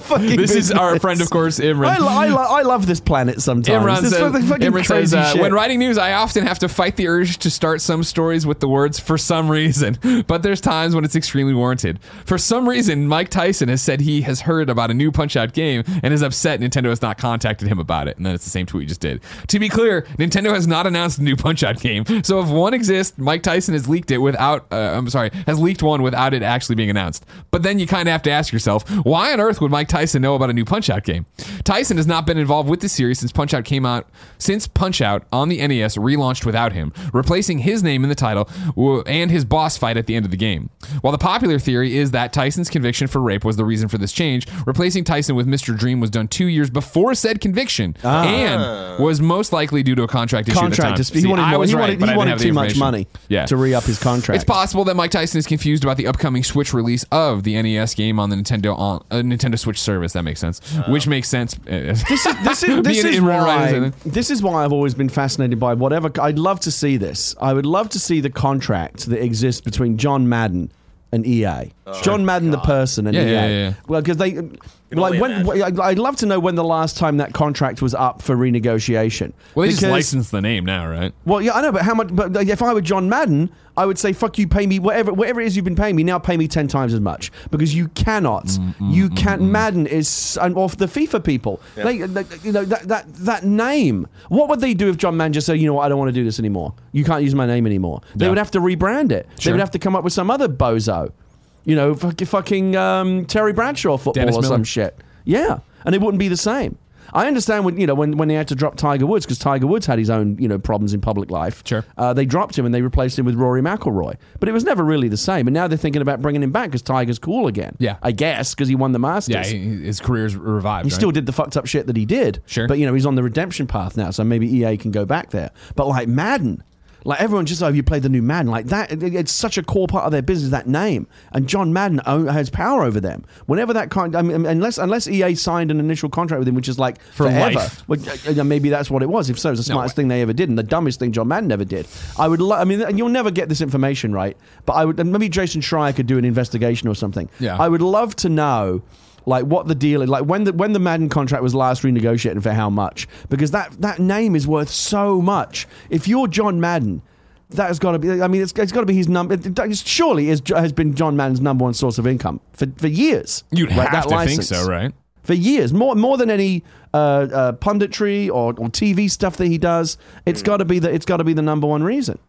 Speaker 2: Fucking
Speaker 1: this is our
Speaker 2: business.
Speaker 1: friend, of course, Imran.
Speaker 2: I, lo- I, lo- I love this planet sometimes.
Speaker 1: Imran
Speaker 2: This
Speaker 1: says,
Speaker 2: fucking- fucking
Speaker 1: Imran says
Speaker 2: crazy
Speaker 1: uh,
Speaker 2: shit.
Speaker 1: when writing news, I often have to fight the urge to start some stories with the words for some reason, but there's times when it's extremely warranted. For some reason, Mike Tyson has said he has heard about a new Punch Out game and is upset Nintendo has not contacted him about it. And then it's the same tweet you just did. To be clear, Nintendo has not announced a new Punch Out game, so if one exists, Mike Tyson has leaked it without. Uh, I'm sorry, has leaked one without it actually being announced. But then you kind of have to ask yourself, why on earth would Mike Tyson know about a new Punch Out game? Tyson has not been involved with the series since Punch Out came out. Since Punch Out on the NES relaunched without him, replacing his name in the title w- and his boss fight at the end of the game. While the popular theory is that Tyson's conviction for rape was the reason for this change, replacing Tyson with Mr. Dream was done two years before said conviction and was most likely due to a contract issue. at the time.
Speaker 2: Ah. contract dispute. He
Speaker 1: See,
Speaker 2: wanted,
Speaker 1: I
Speaker 2: more,
Speaker 1: was
Speaker 2: he
Speaker 1: right,
Speaker 2: wanted,
Speaker 1: but I
Speaker 2: he
Speaker 1: didn't
Speaker 2: wanted
Speaker 1: have the
Speaker 2: too much
Speaker 1: information.
Speaker 2: money
Speaker 1: Yeah.
Speaker 2: to re up his contract.
Speaker 1: It's possible that Mike Tyson is confused about the upcoming Switch release of the NES game on the Nintendo on uh, Nintendo Switch service. That makes sense, which makes sense. This is
Speaker 2: this is, this is why,
Speaker 1: Ryan.
Speaker 2: this is why I've always been fascinated by whatever. I'd love to see this. I would love to see the contract that exists between John Madden and EA. John Madden, the person, and
Speaker 1: Yeah,
Speaker 2: EA.
Speaker 1: yeah, yeah.
Speaker 2: Well, because they, like,
Speaker 3: only
Speaker 2: when
Speaker 3: imagine.
Speaker 2: I'd- I'd love to know when the last time that contract was up for renegotiation.
Speaker 1: Well, they just
Speaker 2: Because-
Speaker 1: licensed the name now, right?
Speaker 2: Well, yeah, I know, but how much? But if I were John Madden, I would say, "Fuck you, pay me whatever, whatever it is you've been paying me. Now pay me ten times as much because you cannot,
Speaker 1: Mm,
Speaker 2: you can't." Madden is and off the FIFA people. They, they- you know, that, that that name. What would they do if John Madden just said, "You know what? I don't want to do this anymore. You can't use my name anymore." They
Speaker 1: Yeah.
Speaker 2: would have to rebrand it. They
Speaker 1: Sure.
Speaker 2: would have to come up with some other bozo. You know, fuck- fucking um, Terry Bradshaw football
Speaker 1: Dennis
Speaker 2: or some
Speaker 1: Miller.
Speaker 2: shit. Yeah, and it wouldn't be the same. I understand when you know when, when they had to drop Tiger Woods because Tiger Woods had his own you know problems in public life.
Speaker 1: Sure.
Speaker 2: uh, they dropped him and they replaced him with Rory McIlroy, but it was never really the same. And now they're thinking about bringing him back because Tiger's cool again.
Speaker 1: Yeah.
Speaker 2: I guess because he won the Masters.
Speaker 1: Yeah, he- his career's revived.
Speaker 2: He
Speaker 1: right?
Speaker 2: still did the fucked up shit that he did.
Speaker 1: Sure.
Speaker 2: But, you know, he's on the redemption path now, so maybe EA can go back there. But, like, Madden. Like, everyone just, oh, have you played the new Madden? Like, that, it- it's such a core part of their business, that name. And John Madden own, has power over them. Whenever that kind, I mean, unless, unless EA signed an initial contract with him, which is like
Speaker 1: For
Speaker 2: forever.
Speaker 1: life.
Speaker 2: Well, uh, uh, maybe that's what it was. If so, it was the
Speaker 1: No
Speaker 2: smartest
Speaker 1: way.
Speaker 2: thing they ever did and the dumbest thing John Madden ever did. I would, lo- I mean, and you'll never get this information right, but I would, and maybe Jason Schreier could do an investigation or something.
Speaker 1: Yeah.
Speaker 2: I would love to know like what the deal is like when the when the Madden contract was last renegotiated and for how much because that that name is worth so much if you're John Madden that has got to be I mean it's, it's got to be his number it, it surely is, has been John Madden's number one source of income for, for years
Speaker 1: You'd
Speaker 2: Like,
Speaker 1: have
Speaker 2: that
Speaker 1: to
Speaker 2: license.
Speaker 1: think so, right?
Speaker 2: for years more more than any uh, uh, punditry or, or TV stuff that he does
Speaker 1: Hmm.
Speaker 2: it's got to be the it's got to be the number one reason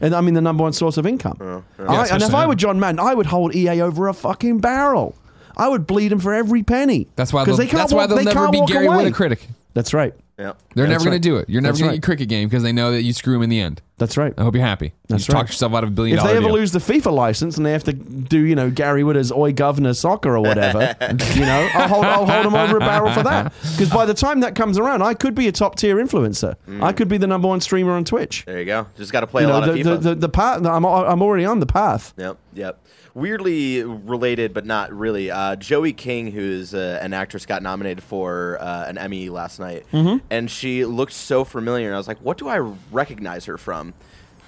Speaker 2: and I mean the number one source of income
Speaker 1: Yeah,
Speaker 2: I, and if
Speaker 1: especially
Speaker 2: I
Speaker 1: him.
Speaker 2: were John Madden, I would hold EA over a fucking barrel. I would bleed him for every penny.
Speaker 1: That's why.
Speaker 2: because
Speaker 1: They'll,
Speaker 2: they can't
Speaker 1: that's
Speaker 2: walk,
Speaker 1: why they'll
Speaker 2: they
Speaker 1: never
Speaker 2: can't
Speaker 1: be
Speaker 2: walk
Speaker 1: Gary
Speaker 2: away.
Speaker 1: with a critic.
Speaker 2: That's right.
Speaker 3: Yeah.
Speaker 1: They're never
Speaker 2: That's
Speaker 1: going
Speaker 2: right.
Speaker 1: to do it. You're never
Speaker 2: That's
Speaker 1: going
Speaker 2: right.
Speaker 1: to get your cricket game because they know that you screw them in the end.
Speaker 2: That's right.
Speaker 1: I hope you're happy.
Speaker 2: That's
Speaker 1: you
Speaker 2: right.
Speaker 1: talked yourself out of a billion
Speaker 2: If
Speaker 1: dollar
Speaker 2: they ever
Speaker 1: deal.
Speaker 2: lose the FIFA license and they have to do, you know, Gary Wooder's Oi Governor soccer or whatever, you know, I'll hold, I'll hold him over a barrel for that. Because by the time that comes around, I could be a top tier influencer. I could be the number one streamer on Twitch.
Speaker 3: There you go. Just got to play
Speaker 2: You
Speaker 3: Mm. a
Speaker 2: know,
Speaker 3: lot
Speaker 2: the,
Speaker 3: of FIFA.
Speaker 2: the, the, the path, I'm, I'm already on the path.
Speaker 3: Yep, yep. Weirdly related, but not really. Uh, Joey King, who's uh, an actress, got nominated for uh, an Emmy last night,
Speaker 2: Mm-hmm.
Speaker 3: and she looked so familiar. And I was like, "What do I recognize her from?"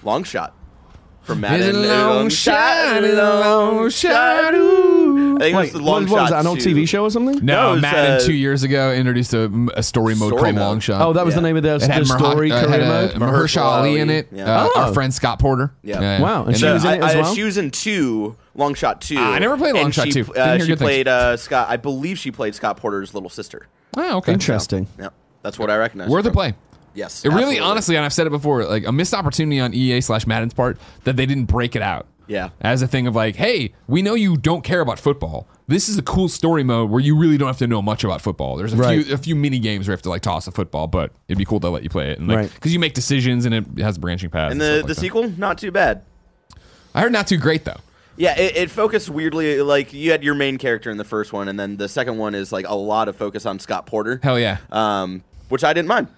Speaker 3: Long shot from
Speaker 1: It's
Speaker 3: Madden.
Speaker 1: a long shot, it's a long shot,
Speaker 3: ooh. I think it was
Speaker 2: Wait,
Speaker 3: the long
Speaker 2: what, what was
Speaker 3: shot
Speaker 2: that, an old
Speaker 3: too.
Speaker 2: TV show or something?
Speaker 1: No,
Speaker 3: No, it's,
Speaker 1: Madden
Speaker 3: uh,
Speaker 1: two years ago introduced a, a story mode
Speaker 3: Story
Speaker 1: called
Speaker 3: mode.
Speaker 1: Long Shot.
Speaker 2: Oh, that was the name of their,
Speaker 1: It had
Speaker 2: their
Speaker 1: Maha-
Speaker 2: story
Speaker 1: uh, it
Speaker 2: career
Speaker 1: had,
Speaker 2: mode?
Speaker 1: uh, Mahershala Ali in it.
Speaker 3: Yeah.
Speaker 1: uh,
Speaker 2: Oh.
Speaker 1: Our friend Scott Porter.
Speaker 3: Yeah.
Speaker 2: Wow, and she
Speaker 1: then-
Speaker 2: was in it as
Speaker 3: I- I-
Speaker 2: well?
Speaker 3: She was in two, Long Shot two.
Speaker 1: Ah, I never played Long
Speaker 3: and
Speaker 1: Shot
Speaker 3: she,
Speaker 1: two.
Speaker 3: Uh,
Speaker 1: Didn't hear
Speaker 3: she
Speaker 1: good things.
Speaker 3: played uh, Scott. I believe she played Scott Porter's little sister.
Speaker 1: Oh, okay.
Speaker 2: Interesting.
Speaker 3: Yep. That's what I recognize.
Speaker 1: Worth
Speaker 3: her
Speaker 1: a play.
Speaker 3: from. Yes.
Speaker 1: It really,
Speaker 3: absolutely.
Speaker 1: honestly, and I've said it before, like a missed opportunity on EA slash Madden's part that they didn't break it out.
Speaker 3: Yeah.
Speaker 1: As a thing of like, hey, we know you don't care about football. This is a cool story mode where you really don't have to know much about football. There's a
Speaker 2: Right.
Speaker 1: few a few mini games where you have to like toss a football, but it'd be cool to let you play it. And like,
Speaker 2: Right.
Speaker 1: Because you make decisions and it has branching paths.
Speaker 3: And
Speaker 1: stuff
Speaker 3: the
Speaker 1: like
Speaker 3: the
Speaker 1: that.
Speaker 3: sequel, not too bad.
Speaker 1: I heard not too great though.
Speaker 3: Yeah, it, it focused weirdly. Like you had your main character in the first one, and then the second one is like a lot of focus on Scott Porter.
Speaker 1: Hell yeah.
Speaker 3: Um, which I didn't mind.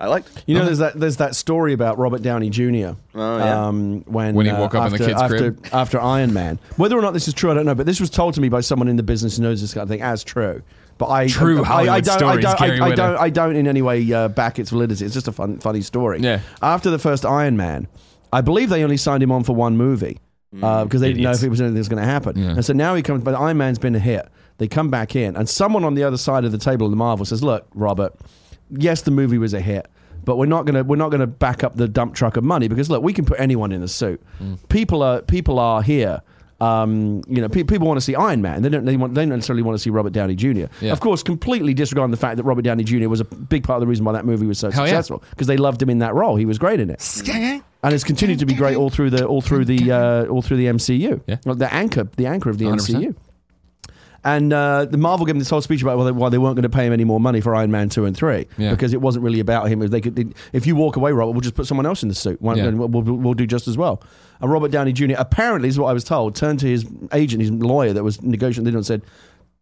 Speaker 3: I liked.
Speaker 2: You know, there's that there's that story about Robert Downey Jr.
Speaker 3: Oh, yeah.
Speaker 2: um, when
Speaker 1: When he
Speaker 2: uh,
Speaker 1: woke up in the
Speaker 2: after-
Speaker 1: kid's
Speaker 2: after,
Speaker 1: crib.
Speaker 2: after Iron Man. Whether or not this is true, I don't know. But this was told to me by someone in the business who knows this kind of thing as true. But I
Speaker 1: True
Speaker 2: I, I, I
Speaker 1: Hollywood
Speaker 2: don't I
Speaker 1: stories,
Speaker 2: don't,
Speaker 1: Gary
Speaker 2: I, I
Speaker 1: Whitta.
Speaker 2: don't I don't in any way uh, back its validity. It's just a fun funny story.
Speaker 1: Yeah.
Speaker 2: After the first Iron Man, I believe they only signed him on for one movie because they didn't know
Speaker 1: Hmm. Idiots.
Speaker 2: if it was anything that was going to happen. And so now he comes, but Iron Man's been a hit. They come back in, and someone on the other side of the table in the Marvel says, "Look, Robert, yes, the movie was a hit, but we're not gonna we're not gonna back up the dump truck of money because look, we can put anyone in a suit.
Speaker 1: Hmm.
Speaker 2: People are people are here." Um, you know, pe- people want to see Iron Man. They don't. They, want, they don't necessarily want to see Robert Downey Jr.
Speaker 1: Yeah.
Speaker 2: Of course, completely disregarding the fact that Robert Downey Jr. was a big part of the reason why that movie was so
Speaker 1: Hell yeah.
Speaker 2: successful because they loved him in that role. He was great in it and it's continued to be great all through the all through the uh, all through the MCU.
Speaker 1: Yeah.
Speaker 2: Well, the anchor, the anchor of the
Speaker 1: 100%.
Speaker 2: MCU. And uh, the Marvel gave him this whole speech about why they, why they weren't going to pay him any more money for Iron Man two and three
Speaker 1: Yeah.
Speaker 2: because it wasn't really about him. If they could, if you walk away, Robert, we'll just put someone else in the suit, One-
Speaker 1: Yeah.
Speaker 2: and we'll, we'll, we'll do just as well. And Robert Downey Jr. apparently this is what I was told. Turned to his agent, his lawyer that was negotiating, and said,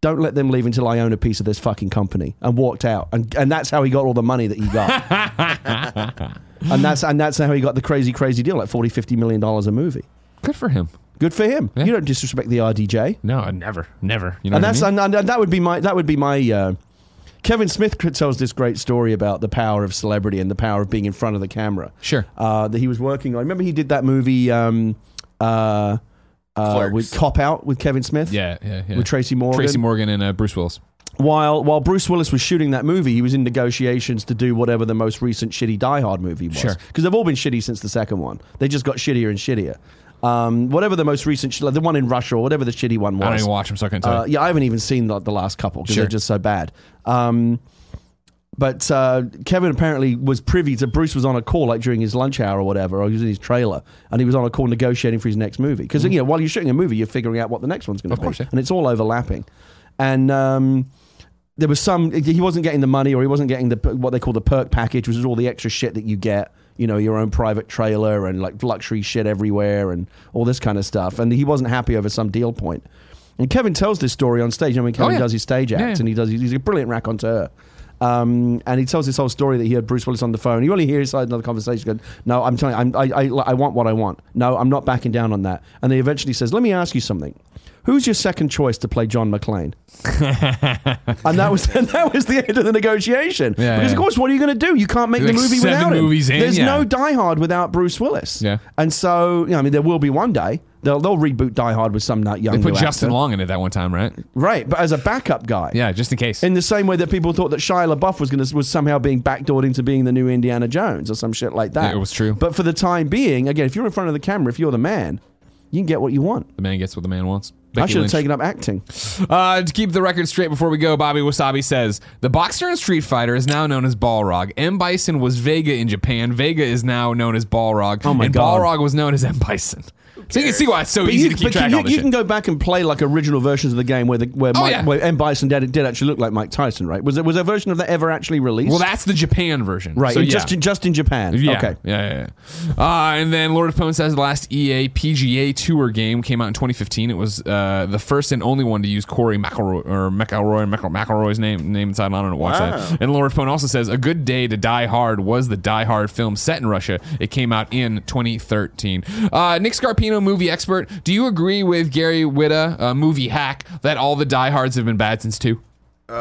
Speaker 2: "Don't let them leave until I own a piece of this fucking company," and walked out. And and that's how he got all the money that he got. and that's and that's how he got the crazy crazy deal like 40 50 million dollars a movie
Speaker 1: Good for him.
Speaker 2: good for him
Speaker 1: Yeah.
Speaker 2: you don't disrespect the rdj
Speaker 1: No, I never, never. You know
Speaker 2: and
Speaker 1: what I
Speaker 2: that's
Speaker 1: mean?
Speaker 2: and, and, and that would be my that would be my uh, kevin smith c- tells this great story about the power of celebrity and the power of being in front of the camera
Speaker 1: Sure.
Speaker 2: uh, that he was working on remember he did that movie um, uh, uh,
Speaker 3: Clerks.
Speaker 2: with cop out with kevin smith
Speaker 1: yeah, yeah, yeah.
Speaker 2: with Tracy Morgan.
Speaker 1: Tracy Morgan and uh, Bruce Willis.
Speaker 2: While while Bruce Willis was shooting that movie, he was in negotiations to do whatever the most recent shitty Die Hard movie was.
Speaker 1: Sure.
Speaker 2: Because they've all been shitty since the second one. They just got shittier and shittier. Um, whatever the most recent, sh- like the one in Russia or whatever the shitty one was.
Speaker 1: I don't even watch him, so I couldn't tell
Speaker 2: Uh,
Speaker 1: you.
Speaker 2: yeah, I haven't even seen the, the last couple because
Speaker 1: Sure.
Speaker 2: they're just so bad. Um, but uh, Kevin apparently was privy to Bruce was on a call like during his lunch hour or whatever, or he was in his trailer, and he was on a call negotiating for his next movie. Because you know, while you're shooting a movie, you're figuring out what the next one's going to
Speaker 1: Mm-hmm. Of
Speaker 2: be,
Speaker 1: course, yeah.
Speaker 2: and it's all overlapping. And um, there was some he wasn't getting the money or he wasn't getting the what they call the perk package which is all the extra shit that you get you know your own private trailer and like luxury shit everywhere and all this kind of stuff and he wasn't happy over some deal point and kevin tells this story on stage i mean kevin
Speaker 1: Oh, yeah.
Speaker 2: does his stage
Speaker 1: Yeah,
Speaker 2: acts
Speaker 1: yeah.
Speaker 2: and he does he's a brilliant raconteur um, and he tells this whole story that he heard Bruce Willis on the phone. You only hear his side in another conversation. Going, no, I'm telling you, I'm, I, I, I want what I want. No, I'm not backing down on that. And then he eventually says, "Let me ask you something. Who's your second choice to play John McClane?" and that was and that was the end of the negotiation.
Speaker 1: Yeah,
Speaker 2: because
Speaker 1: yeah.
Speaker 2: of course, what are you going to do? You can't make
Speaker 1: Like
Speaker 2: the movie
Speaker 1: seven
Speaker 2: without him.
Speaker 1: movies in,
Speaker 2: There's
Speaker 1: yeah.
Speaker 2: no Die Hard without Bruce Willis.
Speaker 1: Yeah.
Speaker 2: and so you know, I mean, there will be one day. They'll, they'll reboot Die Hard with some nut young.
Speaker 1: They put
Speaker 2: new
Speaker 1: Justin
Speaker 2: actor.
Speaker 1: Long in it that one time, right?
Speaker 2: right, but as a backup guy.
Speaker 1: Yeah, just in case.
Speaker 2: In the same way that people thought that Shia LaBeouf was going to was somehow being backdoored into being the new Indiana Jones or some shit like that.
Speaker 1: Yeah, it was true.
Speaker 2: But for the time being, again, if you're in front of the camera, if you're the man, you can get what you want.
Speaker 1: the man gets what the man wants.
Speaker 2: I
Speaker 1: Becky
Speaker 2: should have
Speaker 1: Lynch.
Speaker 2: taken up acting.
Speaker 1: Uh, to keep the record straight before we go, Bobby Wasabi says the boxer in Street Fighter is now known as Balrog. M Bison was Vega in Japan. Vega is now known as Balrog. Oh
Speaker 2: my
Speaker 1: and
Speaker 2: God.
Speaker 1: Balrog was known as M Bison. So you can see why it's so easy to keep
Speaker 2: but
Speaker 1: track
Speaker 2: you,
Speaker 1: of all this
Speaker 2: you
Speaker 1: shit.
Speaker 2: can go back and play like original versions of the game where the where,
Speaker 1: Oh,
Speaker 2: Mike,
Speaker 1: yeah.
Speaker 2: where M Bison did, did actually look like Mike Tyson, right? Was there was there a version of that ever actually released?
Speaker 1: well, that's the Japan version,
Speaker 2: right,
Speaker 1: So,
Speaker 2: in-
Speaker 1: yeah.
Speaker 2: just in, just in Japan.
Speaker 1: Yeah.
Speaker 2: Okay.
Speaker 1: Yeah, yeah, yeah. Uh, and then Lord of Pwn says the last E EA PGA Tour game came out in 2015. It was uh, the first and only one to use Corey McElroy or McElroy, McEl- McElroy's name name inside. I don't know why. I said it. And Lord of Pwn also says a good day to Die Hard was the Die Hard film set in Russia. It came out in 2013. Uh, Nick Scarpino, movie expert. Do you agree with Gary Whitta, uh, movie hack, that all the Die Hards have been bad since two?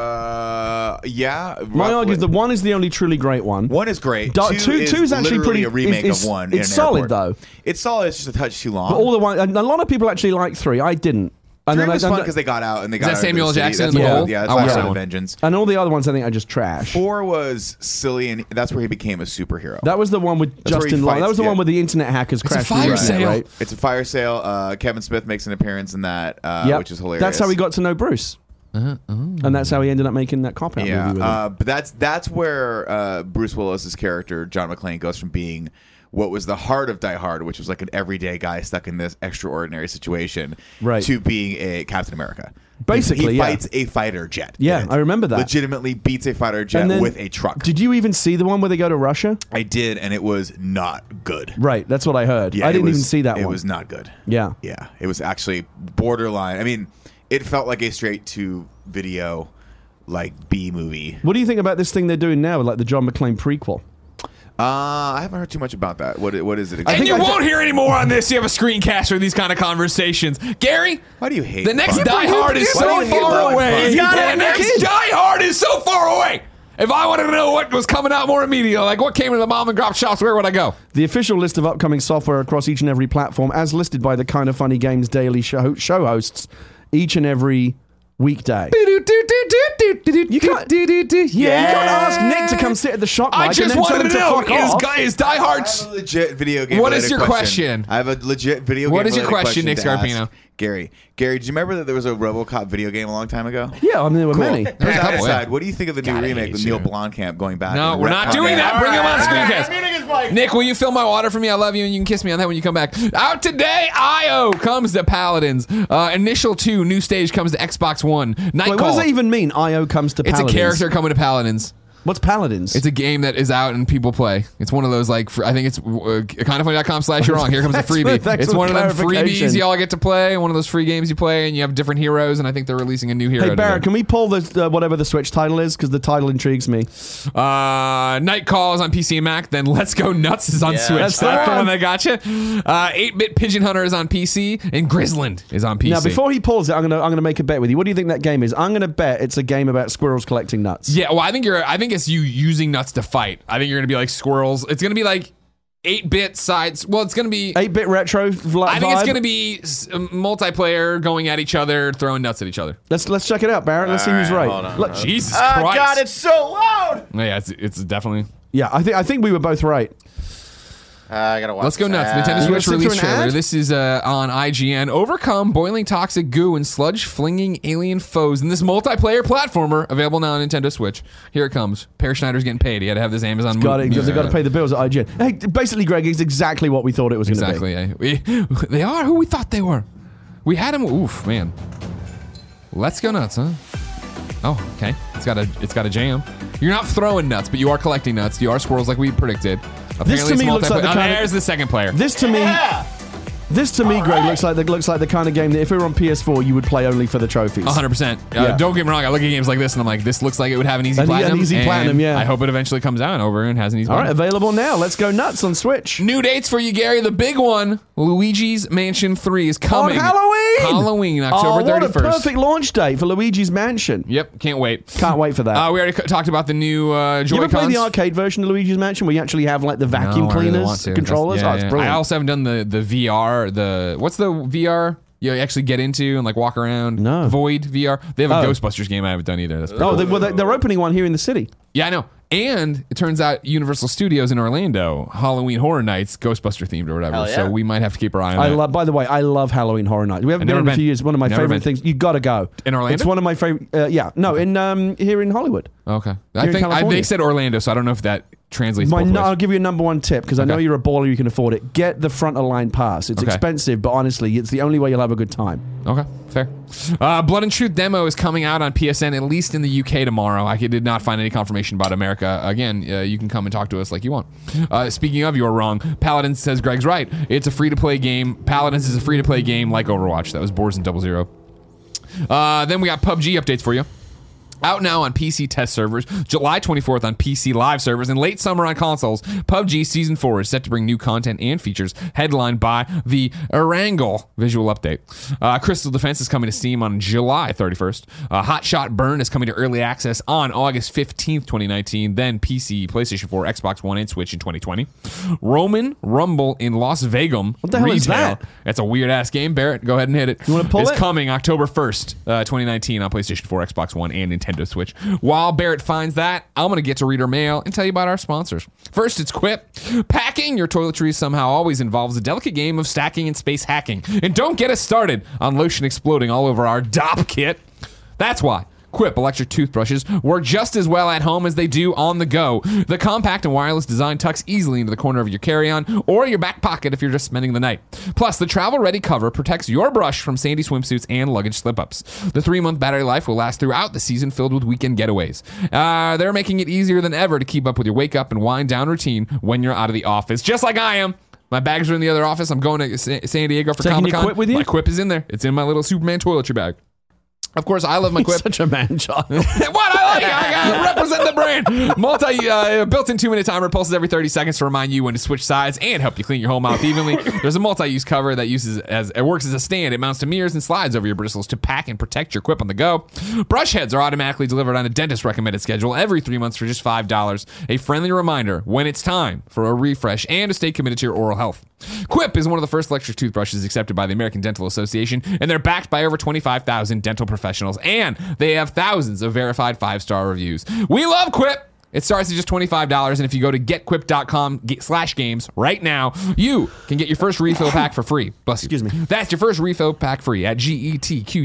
Speaker 6: Uh, yeah.
Speaker 2: My argument
Speaker 6: roughly.
Speaker 2: is that one is the only truly great one.
Speaker 6: One is great.
Speaker 2: Da- two-
Speaker 6: is
Speaker 2: two's actually
Speaker 6: literally
Speaker 2: pretty-
Speaker 6: a remake
Speaker 2: it's-
Speaker 6: of one.
Speaker 2: it's
Speaker 6: in an
Speaker 2: solid,
Speaker 6: airport.
Speaker 2: though.
Speaker 6: It's solid. It's just a touch too long.
Speaker 2: But all the one, and a lot of people actually like three. I didn't. And
Speaker 6: Three
Speaker 2: then I-
Speaker 6: was
Speaker 2: and
Speaker 6: fun
Speaker 2: the-
Speaker 6: because they got out and they
Speaker 1: that
Speaker 6: got out into
Speaker 1: Samuel
Speaker 6: the
Speaker 1: Jackson
Speaker 6: city.
Speaker 1: in the Oh,
Speaker 6: That's
Speaker 2: bowl?
Speaker 6: Last- Yeah, that's
Speaker 1: I watched
Speaker 6: Last
Speaker 1: that
Speaker 6: Shot of
Speaker 1: one.
Speaker 6: Vengeance.
Speaker 2: And all the other ones I think are just trash.
Speaker 6: Four was silly, and that's where he became a superhero.
Speaker 2: That was the one with
Speaker 6: That's where he
Speaker 2: Justin Long. That
Speaker 6: fights,
Speaker 2: was the
Speaker 6: yeah.
Speaker 2: one where the internet hackers
Speaker 1: a
Speaker 2: crashed. the
Speaker 1: fire
Speaker 2: internet,
Speaker 1: sale.
Speaker 2: Right?
Speaker 6: it's a fire sale. Uh, Kevin Smith makes an appearance in that, uh,
Speaker 2: Yep.
Speaker 6: which is hilarious.
Speaker 2: That's how we got to know Bruce.
Speaker 1: Uh-huh. Oh.
Speaker 2: and that's how he ended up making that cop out
Speaker 6: Yeah,
Speaker 2: movie. With him.
Speaker 6: uh, but that's that's where uh, Bruce Willis's character John McClane goes from being what was the heart of Die Hard, which was like an everyday guy stuck in this extraordinary situation,
Speaker 2: Right.
Speaker 6: to being a Captain America.
Speaker 2: Basically,
Speaker 6: he, he
Speaker 2: yeah.
Speaker 6: fights a fighter jet.
Speaker 2: Yeah, I remember that.
Speaker 6: Legitimately beats a fighter jet
Speaker 2: And then-
Speaker 6: with a truck.
Speaker 2: Did you even see the one where they go to Russia?
Speaker 6: I did, and it was not good.
Speaker 2: Right, that's what I heard.
Speaker 6: Yeah,
Speaker 2: I
Speaker 6: it
Speaker 2: didn't
Speaker 6: was-
Speaker 2: even see that
Speaker 6: It
Speaker 2: one.
Speaker 6: was not good.
Speaker 2: yeah.
Speaker 6: Yeah, it was actually borderline. I mean, it felt like a straight to video, like B movie.
Speaker 2: What do you think about this thing they're doing now, like the John McClane prequel?
Speaker 6: Uh, I haven't heard too much about that. What what is it? Exactly?
Speaker 1: and
Speaker 2: think
Speaker 1: you
Speaker 2: I ju-
Speaker 1: won't hear any more on this. You have a screencaster of these kind of conversations. Gary,
Speaker 6: Why do you hate
Speaker 1: the next
Speaker 6: Bond?
Speaker 1: Die Hard is
Speaker 6: Why
Speaker 1: so
Speaker 6: do you hate
Speaker 1: far
Speaker 6: Bond?
Speaker 1: away.
Speaker 6: He's got
Speaker 1: the next Die Hard is so far away. If I wanted to know what was coming out more immediately, like what came to the mom and pop shops, where would I go?
Speaker 2: The official list of upcoming software across each and every platform, as listed by the Kind of Funny Games Daily show, show hosts, each and every weekday.
Speaker 1: You
Speaker 2: can't- You can't ask Nick to come sit at the shop.
Speaker 1: I
Speaker 2: mic and
Speaker 1: just
Speaker 2: then tell
Speaker 1: wanted
Speaker 2: him
Speaker 1: to know
Speaker 2: fuck
Speaker 1: is,
Speaker 2: off.
Speaker 1: Guy- is Die Hard.
Speaker 6: I have a legit video game.
Speaker 1: What is
Speaker 6: related
Speaker 1: your question?
Speaker 6: I have a legit video game.
Speaker 1: What is your
Speaker 6: related
Speaker 1: question, Nick
Speaker 6: to ask
Speaker 1: Scarpino?
Speaker 6: Gary, Gary, do you remember that there was a RoboCop video game a long time ago?
Speaker 2: Yeah, I mean, there were many.
Speaker 6: Put that
Speaker 1: couple,
Speaker 6: aside,
Speaker 1: yeah.
Speaker 6: what do you think of the new
Speaker 1: God, I
Speaker 6: remake
Speaker 1: hate
Speaker 6: with
Speaker 1: you.
Speaker 6: Neil Blomkamp going back?
Speaker 1: No,
Speaker 6: and
Speaker 1: we're not
Speaker 6: retconning-
Speaker 1: doing that.
Speaker 6: All
Speaker 1: Bring him on
Speaker 6: right.
Speaker 1: screencast. Nick, will you fill my water for me? I love you, and you can kiss me on that when you come back. Out today, IO comes to Paladins. Uh, initial two, new stage comes to Xbox One. Night
Speaker 2: Wait, what
Speaker 1: Call.
Speaker 2: does that even mean? Io comes to
Speaker 1: it's a
Speaker 2: paladins.
Speaker 1: character coming to Paladins.
Speaker 2: What's paladins?
Speaker 1: It's a game that is out and people play. It's one of those like fr- I think it's uh, kindoffunny.com slash you're wrong. Here comes a
Speaker 2: That's
Speaker 1: freebie.
Speaker 2: what- that's
Speaker 1: it's
Speaker 2: what
Speaker 1: one of them
Speaker 2: clarification.
Speaker 1: freebies y'all get to play. One of those free games you play, and you have different heroes. And I think they're releasing a new hero.
Speaker 2: hey Barrett,
Speaker 1: today.
Speaker 2: can we pull the uh, whatever the Switch title is because the title intrigues me.
Speaker 1: Uh, Night Call is on PC and Mac. Then Let's Go Nuts is on
Speaker 3: Yeah,
Speaker 1: Switch.
Speaker 2: that's
Speaker 1: That's
Speaker 2: the
Speaker 1: the one
Speaker 2: one.
Speaker 1: that got you. Eight Bit Pigeon Hunter is on PC, and Grizzland is on PC.
Speaker 2: Now, before he pulls it, I'm gonna I'm gonna make a bet with you. What do you think that game is? I'm gonna bet it's a game about squirrels collecting nuts.
Speaker 1: yeah, well, I think you're. I think it's you using nuts to fight. I think you're gonna be like squirrels. It's gonna be like eight bit sides. Well, it's gonna be.
Speaker 2: Eight bit retro. Vl-
Speaker 1: I think it's
Speaker 2: vibe.
Speaker 1: gonna be s- uh, multiplayer, going at each other, throwing nuts at each other.
Speaker 2: Let's let's check it out, Barrett. Let's see
Speaker 3: All
Speaker 2: who's
Speaker 3: right,
Speaker 2: right.
Speaker 3: hold on.
Speaker 2: Let-
Speaker 1: Jesus
Speaker 3: Ah,
Speaker 1: Christ!
Speaker 3: God, it's so loud.
Speaker 1: No, yeah, it's, it's definitely.
Speaker 2: yeah, I think I think we were both right.
Speaker 3: Uh, I gotta watch.
Speaker 1: Let's go
Speaker 3: this.
Speaker 1: nuts.
Speaker 3: Uh,
Speaker 1: Nintendo Switch
Speaker 2: sit through
Speaker 1: release
Speaker 2: an
Speaker 1: trailer.
Speaker 2: ad?
Speaker 1: This is uh, on IGN. Overcome boiling toxic goo and sludge flinging alien foes in this multiplayer platformer available now on Nintendo Switch. Here it comes. Per Schneider's getting paid. He had to have this Amazon
Speaker 2: Got
Speaker 1: mo-
Speaker 2: it. Because
Speaker 1: music.
Speaker 2: they got to pay the bills at IGN. Hey, basically, Greg, it's exactly what we thought it was going to
Speaker 1: Exactly. yeah. We, they are who we thought they were. We had them. Oof, man. Let's go nuts, huh? Oh, okay. It's got a it's got a jam. You're not throwing nuts, but you are collecting nuts. You are squirrels like we predicted. Apparently
Speaker 2: to
Speaker 1: it's
Speaker 2: me looks like
Speaker 1: multiplayer-
Speaker 2: the
Speaker 1: oh,
Speaker 2: kind of-
Speaker 1: there's the second player.
Speaker 2: be. This to me. This to me, Greg, looks like the looks like the kind of game that if it were on PS4, you would play only for the trophies.
Speaker 1: 100. percent uh,
Speaker 2: Yeah.
Speaker 1: Don't get me wrong. I look at games like this and I'm like, this looks like it would have an easy
Speaker 2: An e- an
Speaker 1: platinum.
Speaker 2: easy
Speaker 1: and
Speaker 2: platinum, yeah.
Speaker 1: I hope it eventually comes out over and has an easy.
Speaker 2: All right,
Speaker 1: platinum.
Speaker 2: available now. Let's go nuts on Switch.
Speaker 1: New dates for you, Gary. The big one, Luigi's Mansion 3 is coming.
Speaker 2: On Halloween.
Speaker 1: Halloween,
Speaker 2: oh,
Speaker 1: October
Speaker 2: what
Speaker 1: 31st.
Speaker 2: a perfect launch date for Luigi's Mansion.
Speaker 1: Yep, can't wait.
Speaker 2: Can't wait for that.
Speaker 1: Uh, we already c- talked about the new uh,
Speaker 2: you ever
Speaker 1: Joy-Cons.
Speaker 2: play the arcade version of Luigi's Mansion where you actually have like the vacuum
Speaker 1: No, I really
Speaker 2: cleaners,
Speaker 1: want to.
Speaker 2: the controllers?
Speaker 1: That's-
Speaker 2: oh, it's
Speaker 1: yeah, yeah.
Speaker 2: brilliant.
Speaker 1: I also haven't done the, the VR. The What's the VR you actually get into and like walk around?
Speaker 2: No.
Speaker 1: Void VR. They have a
Speaker 2: Oh.
Speaker 1: Ghostbusters game I haven't done either. That's pretty
Speaker 2: oh, they, well, they- they're opening one here in the city.
Speaker 1: Yeah, I know. And it turns out Universal Studios in Orlando, Halloween Horror Nights, Ghostbuster themed or whatever.
Speaker 3: Hell yeah.
Speaker 1: So we might have to keep our eye on
Speaker 2: I
Speaker 1: that.
Speaker 2: love. By the way, I love Halloween Horror Nights. We haven't
Speaker 1: I've
Speaker 2: been in
Speaker 1: never
Speaker 2: a few
Speaker 1: been.
Speaker 2: years. One of my
Speaker 1: Never
Speaker 2: favorite
Speaker 1: been.
Speaker 2: things. You got to go
Speaker 1: In Orlando?
Speaker 2: It's one of my favorite. Uh, yeah, no, in um, here in Hollywood.
Speaker 1: okay.
Speaker 2: Here
Speaker 1: I
Speaker 2: in
Speaker 1: think I,
Speaker 2: California.
Speaker 1: they said Orlando, so I don't know if that translates.
Speaker 2: My,
Speaker 1: both
Speaker 2: no,
Speaker 1: ways.
Speaker 2: I'll give you a number one tip because I know
Speaker 1: Okay.
Speaker 2: you're a baller. You can afford it. Get the front of line pass. It's
Speaker 1: Okay.
Speaker 2: expensive, but honestly, it's the only way you'll have a good time.
Speaker 1: Okay, fair. Uh, Blood and Truth demo is coming out on PSN, at least in the UK tomorrow. I did not find any confirmation about America. Again, uh, you can come and talk to us like you want. Uh, speaking of, you're wrong. Paladins says Greg's right. It's a free to play game. Paladins is a free to play game like Overwatch. That was Boards and Double Zero. Uh, then we got PUBG updates for you. Out now on PC test servers, July 24th on PC live servers, and late summer on consoles. PUBG Season 4 is set to bring new content and features, headlined by the Erangel visual update. Uh, Crystal Defense is coming to Steam on July 31st. Uh, Hot Shot Burn is coming to early access on August 15th, 2019, then PC, PlayStation 4, Xbox One, and Switch in 2020. Roman Rumble in Las Vegas. What
Speaker 2: the hell is that?
Speaker 1: That's a weird ass game, Barrett. Go ahead and hit it.
Speaker 2: You wanna pull
Speaker 1: It's
Speaker 2: it?
Speaker 1: coming October 1st, uh, 2019 on PlayStation 4, Xbox One, and Nintendo Switch. While Barrett finds that, I'm going to get to reader mail and tell you about our sponsors. First, it's Quip. Packing your toiletries somehow always involves a delicate game of stacking and space hacking. And don't get us started on lotion exploding all over our DOP kit. That's why. Quip electric toothbrushes work just as well at home as they do on the go. The compact and wireless design tucks easily into the corner of your carry-on or your back pocket if you're just spending the night. Plus, the travel-ready cover protects your brush from sandy swimsuits and luggage slip-ups. The three-month battery life will last throughout the season, filled with weekend getaways. Uh, they're making it easier than ever to keep up with your wake-up and wind-down routine when you're out of the office, just like I am. My bags are in the other office. I'm going to Sa- San Diego for
Speaker 2: Taking
Speaker 1: Comic
Speaker 2: your
Speaker 1: Con.
Speaker 2: Quip with you?
Speaker 1: My Quip is in there. It's in my little Superman toiletry bag. Of course, I love my Quip.
Speaker 2: Such a man child.
Speaker 1: what I like, I gotta represent the brand. Multi uh, built-in two-minute timer pulses every 30 seconds to remind you when to switch sides and help you clean your whole mouth evenly. There's a multi-use cover that uses as it works as a stand. It mounts to mirrors and slides over your bristles to pack and protect your quip on the go. Brush heads are automatically delivered on a dentist-recommended schedule every three months for just five dollars. A friendly reminder when it's time for a refresh and to stay committed to your oral health. Quip is one of the first electric toothbrushes accepted by the American Dental Association, and they're backed by over 25,000 dental professionals, and they have thousands of verified five star reviews. We love Quip! It starts at just $25, and if you go to getquip.com ge- slash games right now, you can get your first refill pack for free. Bless you.
Speaker 2: Excuse me.
Speaker 1: That's your first refill pack free at E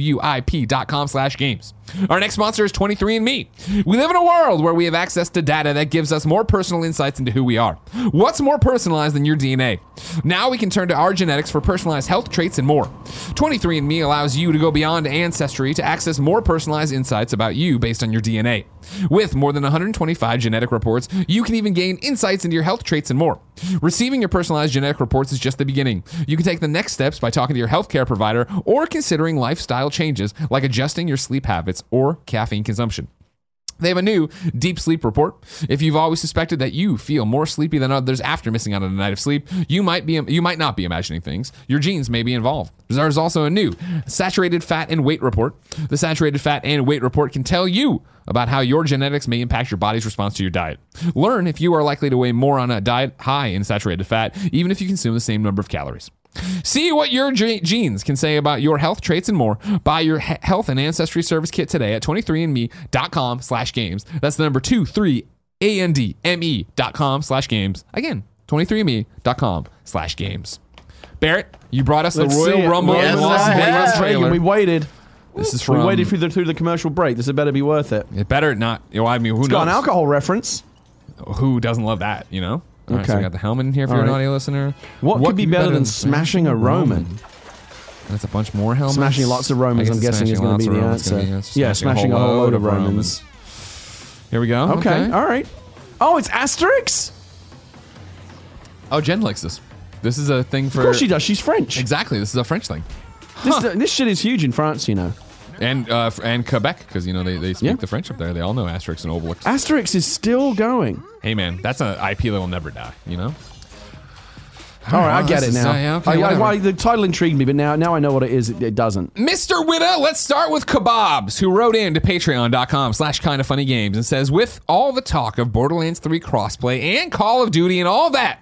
Speaker 1: getquip.com slash games. Our next sponsor is 23andMe. We live in a world where we have access to data that gives us more personal insights into who we are. What's more personalized than your DNA? Now we can turn to our genetics for personalized health traits and more. 23andMe allows you to go beyond ancestry to access more personalized insights about you based on your DNA. With more than 125 genetic reports, you can even gain insights into your health traits and more. Receiving your personalized genetic reports is just the beginning. You can take the next steps by talking to your healthcare provider or considering lifestyle changes like adjusting your sleep habits or caffeine consumption. They have a new deep sleep report. If you've always suspected that you feel more sleepy than others after missing out on a night of sleep, you might be you might not be imagining things. Your genes may be involved. There's also a new saturated fat and weight report. The saturated fat and weight report can tell you about how your genetics may impact your body's response to your diet. Learn if you are likely to weigh more on a diet high in saturated fat, even if you consume the same number of calories. See what your ge- genes can say about your health traits and more. Buy your he- health and ancestry service kit today at 23andme.com slash games. That's the number 23andme E dot com slash games. Again, 23andme.com slash games. Barrett, you brought us
Speaker 2: Let's
Speaker 1: the
Speaker 2: see
Speaker 1: Royal
Speaker 2: it.
Speaker 1: Rumble
Speaker 3: Yes,
Speaker 1: in Las
Speaker 3: I
Speaker 1: Vegas
Speaker 3: have.
Speaker 1: trailer.
Speaker 2: Reagan, we waited.
Speaker 1: this is
Speaker 2: We
Speaker 1: from...
Speaker 2: waited through the, through the commercial break. This had better be worth it.
Speaker 1: it better not... You know, I mean, who knows?
Speaker 2: Got an alcohol reference.
Speaker 1: Who doesn't love that, you know? All right, so
Speaker 2: Okay.
Speaker 1: we got the helmet in here if you're
Speaker 2: All
Speaker 1: an
Speaker 2: right.
Speaker 1: audio listener.
Speaker 2: What, could be better, than smashing a Roman?
Speaker 1: That's a bunch more helmets.
Speaker 2: Smashing lots of Romans,
Speaker 1: I guess
Speaker 2: I'm
Speaker 1: it's
Speaker 2: guessing, is
Speaker 1: smashing lots
Speaker 2: going to
Speaker 1: of
Speaker 2: be the
Speaker 1: Romans, it's
Speaker 2: answer.
Speaker 1: gonna be- it's
Speaker 2: yeah, smashing a whole load of Romans.
Speaker 1: Here we go.
Speaker 2: Okay, all right. Oh, it's Asterix?
Speaker 1: Oh, Jen likes this. This is a thing for.
Speaker 2: Of course she does. She's French.
Speaker 1: Exactly. This is a French thing,
Speaker 2: This, this shit is huge in France, you know.
Speaker 1: and uh, f- and Quebec because you know they, they speak
Speaker 2: Yeah. Ah.
Speaker 1: the French up there. They all know Asterix and Obelix.
Speaker 2: Asterix is still going.
Speaker 1: hey man, that's an IP that will never die. You know.
Speaker 2: All right, I
Speaker 1: well,
Speaker 2: get
Speaker 1: this
Speaker 2: it
Speaker 1: is-
Speaker 2: now.
Speaker 1: uh, yeah, okay,
Speaker 2: I- I-
Speaker 1: whatever.
Speaker 2: why- the title intrigued me, but now now I know what it is. It, it doesn't.
Speaker 1: Mr. Witta, let's start with Kebabs, who wrote in to patreon.com slash kind of funny games and says, With all the talk of Borderlands 3 crossplay and Call of Duty and all that,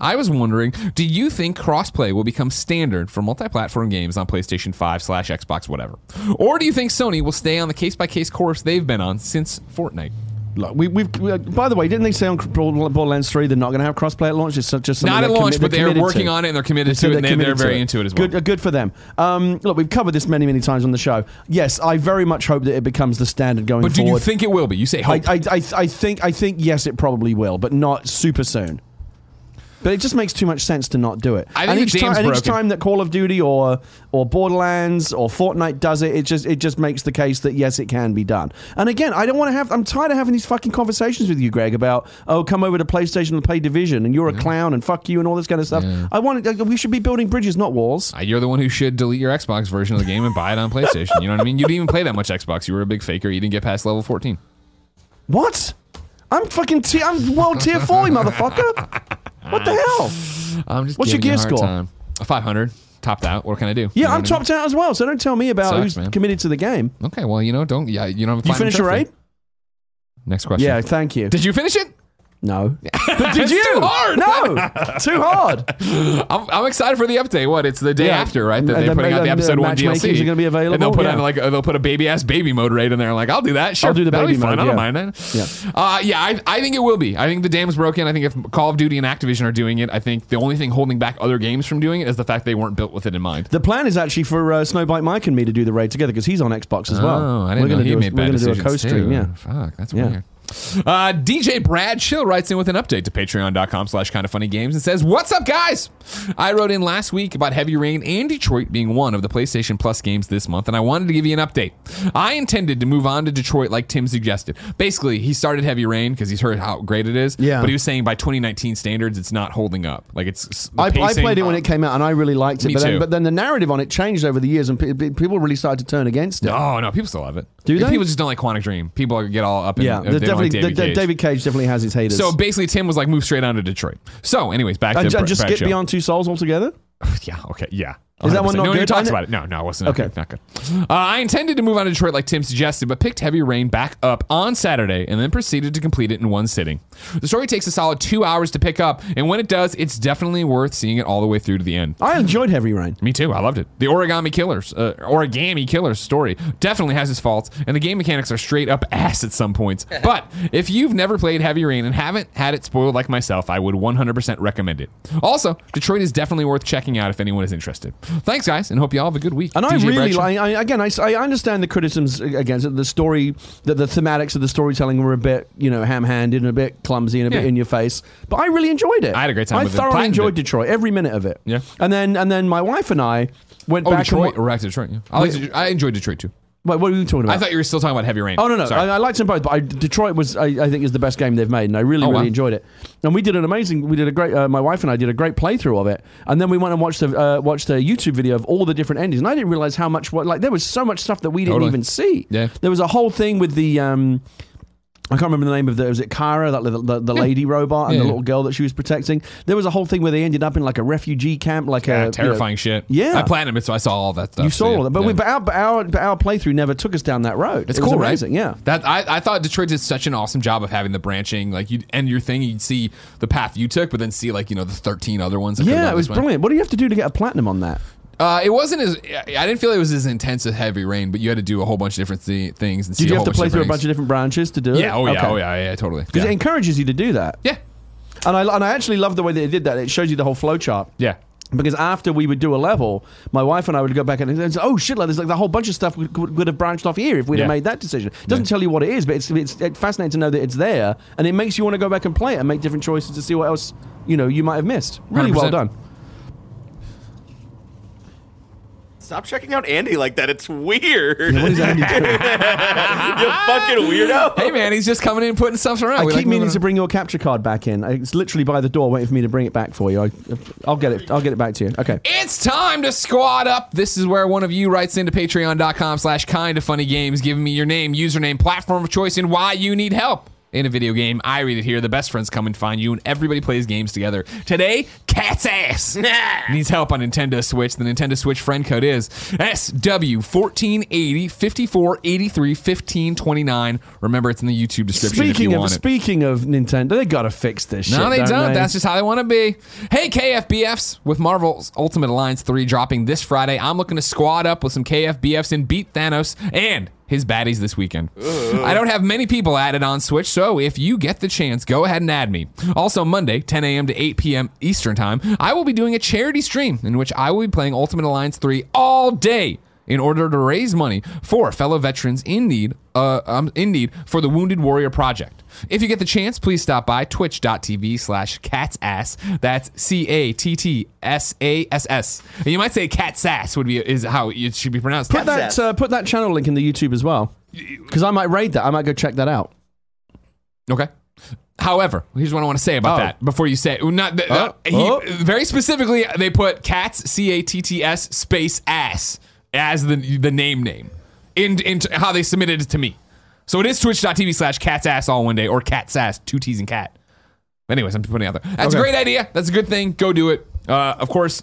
Speaker 1: I was wondering, do you think crossplay will become standard for multi platform games on PlayStation 5 slash Xbox, whatever? Or do you think Sony will stay on the case by case course they've been on since Fortnite?
Speaker 2: Look, we, we've. we- uh, by the way, didn't they say on Borderlands Three they're not going to have crossplay at launch? It's just something
Speaker 1: Not at
Speaker 2: they're
Speaker 1: launch,
Speaker 2: commi-
Speaker 1: but they're
Speaker 2: committed
Speaker 1: working
Speaker 2: to.
Speaker 1: on it and they're committed
Speaker 2: So
Speaker 1: to it and they're, they're
Speaker 2: committed
Speaker 1: very
Speaker 2: to
Speaker 1: into it as well.
Speaker 2: Good, uh, good for them. Um, look, we've covered this many, many times on the show. Yes, I very much hope that it becomes the standard going
Speaker 1: But do you
Speaker 2: forward.
Speaker 1: think it will be? You say hope.
Speaker 2: I, I, I, I think I think yes, it probably will, but not super soon. But it just makes too much sense to not do it.
Speaker 1: I think
Speaker 2: and
Speaker 1: the
Speaker 2: each,
Speaker 1: game's
Speaker 2: time, and each
Speaker 1: broken.
Speaker 2: time that Call of Duty or or Borderlands or Fortnite does it, it just it just makes the case that yes, it can be done. And again, I don't want to have. I'm tired of having these fucking conversations with you, Greg, about oh, come over to PlayStation and play Division, and you're a clown and fuck you and all this kind of stuff. I want. Like, we should be building bridges, not walls.
Speaker 1: Uh, You're the one who should delete your Xbox version of the game and buy it on PlayStation. You know what I mean? You didn't even play that much Xbox. You were a big faker. You didn't get past level 14.
Speaker 2: What? I'm fucking. T- I'm world tier four, you motherfucker. What the hell?
Speaker 1: I'm just
Speaker 2: What's your
Speaker 1: giving you a hard
Speaker 2: gear score?
Speaker 1: time. A 500. Topped out. What can I do? You
Speaker 2: Yeah,
Speaker 1: know
Speaker 2: I'm
Speaker 1: what I mean?
Speaker 2: topped out as well. So don't tell me about
Speaker 1: Sucks,
Speaker 2: who's
Speaker 1: man.
Speaker 2: committed to the game.
Speaker 1: Okay, well, you know, don't. Yeah, you don't have a
Speaker 2: You
Speaker 1: platinum
Speaker 2: finish your
Speaker 1: trophy.
Speaker 2: raid?
Speaker 1: Next question.
Speaker 2: Yeah, thank you.
Speaker 1: Did you finish it?
Speaker 2: No. But did
Speaker 1: It's
Speaker 2: you?
Speaker 1: too hard.
Speaker 2: No, too hard.
Speaker 1: I'm, I'm excited for the update. What? It's the day
Speaker 2: Yeah.
Speaker 1: after, right? That
Speaker 2: And
Speaker 1: they're
Speaker 2: then
Speaker 1: putting out
Speaker 2: maybe
Speaker 1: the
Speaker 2: the
Speaker 1: episode one
Speaker 2: matchmakings
Speaker 1: DLC.
Speaker 2: are gonna be
Speaker 1: And they'll
Speaker 2: available,
Speaker 1: put
Speaker 2: yeah.
Speaker 1: on like uh, they'll put a baby ass baby mode raid in there. Like I'll do that. Sure,
Speaker 2: do the
Speaker 1: that'll
Speaker 2: baby
Speaker 1: be fun.
Speaker 2: mode,
Speaker 1: I don't
Speaker 2: yeah.
Speaker 1: mind that.
Speaker 2: Yeah.
Speaker 1: Uh, yeah, I, I think it will be. I think the dam's broken. I think if Call of Duty and Activision are doing it, I think the only thing holding back other games from doing it is the fact they weren't built with it in mind.
Speaker 2: The plan is actually for uh, Snowbite Mike and me to do the raid together because he's on Xbox as well.
Speaker 1: Oh, I didn't
Speaker 2: we're
Speaker 1: know
Speaker 2: gonna
Speaker 1: he
Speaker 2: do a,
Speaker 1: made
Speaker 2: We're
Speaker 1: bad
Speaker 2: gonna do
Speaker 1: decisions
Speaker 2: a co-stream.
Speaker 1: too.
Speaker 2: Yeah.
Speaker 1: Fuck, that's
Speaker 2: Yeah.
Speaker 1: weird. Uh, DJ Brad Chill writes in with an update to patreon.com slash kind of funny games and says, What's up, guys? I wrote in last week about Heavy Rain and Detroit being one of the PlayStation Plus games this month, and I wanted to give you an update. I intended to move on to Detroit like Tim suggested. Basically, he started Heavy Rain because he's heard how great it is,
Speaker 2: Yeah.
Speaker 1: but he was saying by 2019 standards, it's not holding up. Like, it's. the
Speaker 2: I, I
Speaker 1: pacing-
Speaker 2: played it when it came out and I really liked it.
Speaker 1: Me
Speaker 2: but,
Speaker 1: too.
Speaker 2: Then, but then the narrative on it changed over the years and pe- pe- people really started to turn against it.
Speaker 1: Oh no, people still love it.
Speaker 2: Do they?
Speaker 1: People just don't like Quantic Dream. People get all up in
Speaker 2: yeah,
Speaker 1: they don't
Speaker 2: definitely.
Speaker 1: like David
Speaker 2: the-
Speaker 1: Cage.
Speaker 2: David Cage definitely has his haters.
Speaker 1: So basically, Tim was like, move straight on to Detroit. So, anyways, back
Speaker 2: I,
Speaker 1: to
Speaker 2: I Uh, just
Speaker 1: Brad
Speaker 2: skip
Speaker 1: Show.
Speaker 2: beyond Two Souls altogether.
Speaker 1: Yeah, okay, yeah.
Speaker 2: Is that one
Speaker 1: 100%.
Speaker 2: not
Speaker 1: no one
Speaker 2: good?
Speaker 1: talks
Speaker 2: I-
Speaker 1: about it. No, no, it wasn't. Okay,
Speaker 2: Okay.
Speaker 1: good. not good. Uh, I intended to move on to Detroit like Tim suggested, but picked Heavy Rain back up on Saturday and then proceeded to complete it in one sitting. The story takes a solid two hours to pick up, and when it does, it's definitely worth seeing it all the way through to the end.
Speaker 2: I enjoyed Heavy Rain.
Speaker 1: Me too. I loved it. The origami killers, uh, origami killers story definitely has its faults, and the game mechanics are straight up ass at some points. But if you've never played Heavy Rain and haven't had it spoiled like myself, I would 100% recommend it. Also, Detroit is definitely worth checking out if anyone is interested. Thanks, guys, and hope you all have a good week.
Speaker 2: And
Speaker 1: DJ
Speaker 2: I really
Speaker 1: Bradshaw.
Speaker 2: like. I, again, I, s- I understand the criticisms against it. The story, the, the thematics of the storytelling were a bit, you know, ham-handed and a bit clumsy and a
Speaker 1: Yeah.
Speaker 2: bit in your face. But I really enjoyed it.
Speaker 1: I had a great time
Speaker 2: I
Speaker 1: with it.
Speaker 2: thoroughly
Speaker 1: Platinumed
Speaker 2: enjoyed
Speaker 1: it.
Speaker 2: Detroit, every minute of it.
Speaker 1: Yeah.
Speaker 2: And then and then my wife and I went
Speaker 1: Oh,
Speaker 2: back.
Speaker 1: Detroit.
Speaker 2: And,
Speaker 1: Or
Speaker 2: wa-
Speaker 1: back to Detroit. yeah. I, like
Speaker 2: Wait.
Speaker 1: Detroit. I enjoyed Detroit too.
Speaker 2: wait, what are you talking about?
Speaker 1: I thought you were still talking about Heavy Rain.
Speaker 2: Oh no no! I,
Speaker 1: Sorry.
Speaker 2: I liked them both, but I, Detroit was I, I think is the best game they've made, and I really
Speaker 1: Oh,
Speaker 2: really
Speaker 1: wow.
Speaker 2: enjoyed it. And we did an amazing, we did a great. Uh, my wife and I did a great playthrough of it, and then we went and watched the uh, watched a YouTube video of all the different endings, and I didn't realize how much what like there was so much stuff that we didn't
Speaker 1: Totally.
Speaker 2: even see.
Speaker 1: Yeah.
Speaker 2: there was a whole thing with the. Um, I can't remember the name of the was it Kara that the, the, the lady robot and
Speaker 1: Yeah,
Speaker 2: the
Speaker 1: yeah.
Speaker 2: little girl that she was protecting. There was a whole thing where they ended up in like a refugee camp, like a
Speaker 1: Yeah,
Speaker 2: you know,
Speaker 1: terrifying shit.
Speaker 2: Yeah.
Speaker 1: I planned it, so I saw all that stuff.
Speaker 2: You
Speaker 1: so
Speaker 2: saw
Speaker 1: yeah.
Speaker 2: all that, but
Speaker 1: Yeah.
Speaker 2: we but our, but our but our playthrough never took us down that road.
Speaker 1: It's
Speaker 2: It was
Speaker 1: cool,
Speaker 2: amazing,
Speaker 1: right?
Speaker 2: Yeah,
Speaker 1: That I, I thought Detroit did such an awesome job of having the branching, like you would end your thing, you'd see the path you took, but then see like you know the thirteen other ones. That could've
Speaker 2: Yeah,
Speaker 1: gone
Speaker 2: it was
Speaker 1: this way.
Speaker 2: brilliant. What do you have to do to get a platinum on that?
Speaker 1: Uh, it wasn't as I didn't feel it was as intense as Heavy Rain, but you had to do a whole bunch of different th- things. And see a
Speaker 2: Did you
Speaker 1: whole
Speaker 2: have to play through a bunch of
Speaker 1: different
Speaker 2: different branches to do
Speaker 1: things.
Speaker 2: it?
Speaker 1: Yeah, oh yeah,
Speaker 2: Okay.
Speaker 1: oh yeah, yeah, totally.
Speaker 2: Because
Speaker 1: Yeah.
Speaker 2: it encourages you to do that.
Speaker 1: yeah,
Speaker 2: And I, and I actually love the way that it did that. It shows you the whole flow chart.
Speaker 1: yeah.
Speaker 2: Because after we would do a level, my wife and I would go back and, and say, "Oh shit! Like there's like the whole bunch of stuff would, would, would have branched off here if we'd
Speaker 1: Yeah.
Speaker 2: have made that decision." It doesn't tell you what it is, but it's, it's it's fascinating to know that it's there, and it makes you want to go back and play it and make different choices to see what else you know you might have missed. Really well
Speaker 1: 100%.
Speaker 2: done.
Speaker 3: Stop checking out Andy like that. It's weird.
Speaker 2: What is Andy doing?
Speaker 3: you fucking weirdo.
Speaker 1: Hey man, he's just coming in and putting stuff around.
Speaker 2: I
Speaker 1: We
Speaker 2: keep
Speaker 1: Oh, like
Speaker 2: meaning
Speaker 1: moving
Speaker 2: to bring your capture card back in. Uh, It's literally by the door, waiting for me to bring it back for you. I, I'll get it. I'll get it back to you. Okay.
Speaker 1: It's time to squad up. This is where one of you writes into patreon.com slash kind of funny games, giving me your name, username, platform of choice, and why you need help. In a video game, I read it here. The best friends come and find you, and everybody plays games together. Today, cat's ass needs help on Nintendo Switch. The Nintendo Switch friend code is SW1480 5483 1529. Remember, it's in the YouTube description if
Speaker 2: Speaking
Speaker 1: you
Speaker 2: of
Speaker 1: want it.
Speaker 2: speaking of Nintendo, they gotta fix this shit.
Speaker 1: No, they
Speaker 2: don't,
Speaker 1: don't.
Speaker 2: They?
Speaker 1: That's just how they want to be. Hey, KFBFs, with Marvel's Ultimate Alliance 3 dropping this Friday, I'm looking to squad up with some KFBFs and beat Thanos and his baddies this weekend. I don't have many people added on Switch, so if you get the chance, go ahead and add me. Also, Monday, 10 a.m. to 8 p.m. Eastern Time, I will be doing a charity stream in which I will be playing Ultimate Alliance 3 all day in order to raise money for fellow veterans in need, uh, um, in need for the Wounded Warrior Project. If you get the chance, please stop by twitch.tv slash catsass. That's C-A-T-T-S-A-S-S. And you might say catsass would be is how it should be pronounced.
Speaker 2: put that uh, put that channel link in the YouTube as well, because I might raid that. I might go check that out.
Speaker 1: Okay. However, here's what I want to say about
Speaker 2: Oh.
Speaker 1: that before you say it. Not th- th-
Speaker 2: Oh,
Speaker 1: he-
Speaker 2: oh.
Speaker 1: very specifically, they put cats c a t t s space ass as the the name name in in t- how they submitted it to me. So it is twitch.tv slash cats ass all one day or cats ass two t's and cat. Anyways, I'm putting it out there. That's a
Speaker 2: Okay.
Speaker 1: great idea. That's a good thing. Go do it. Uh, of course,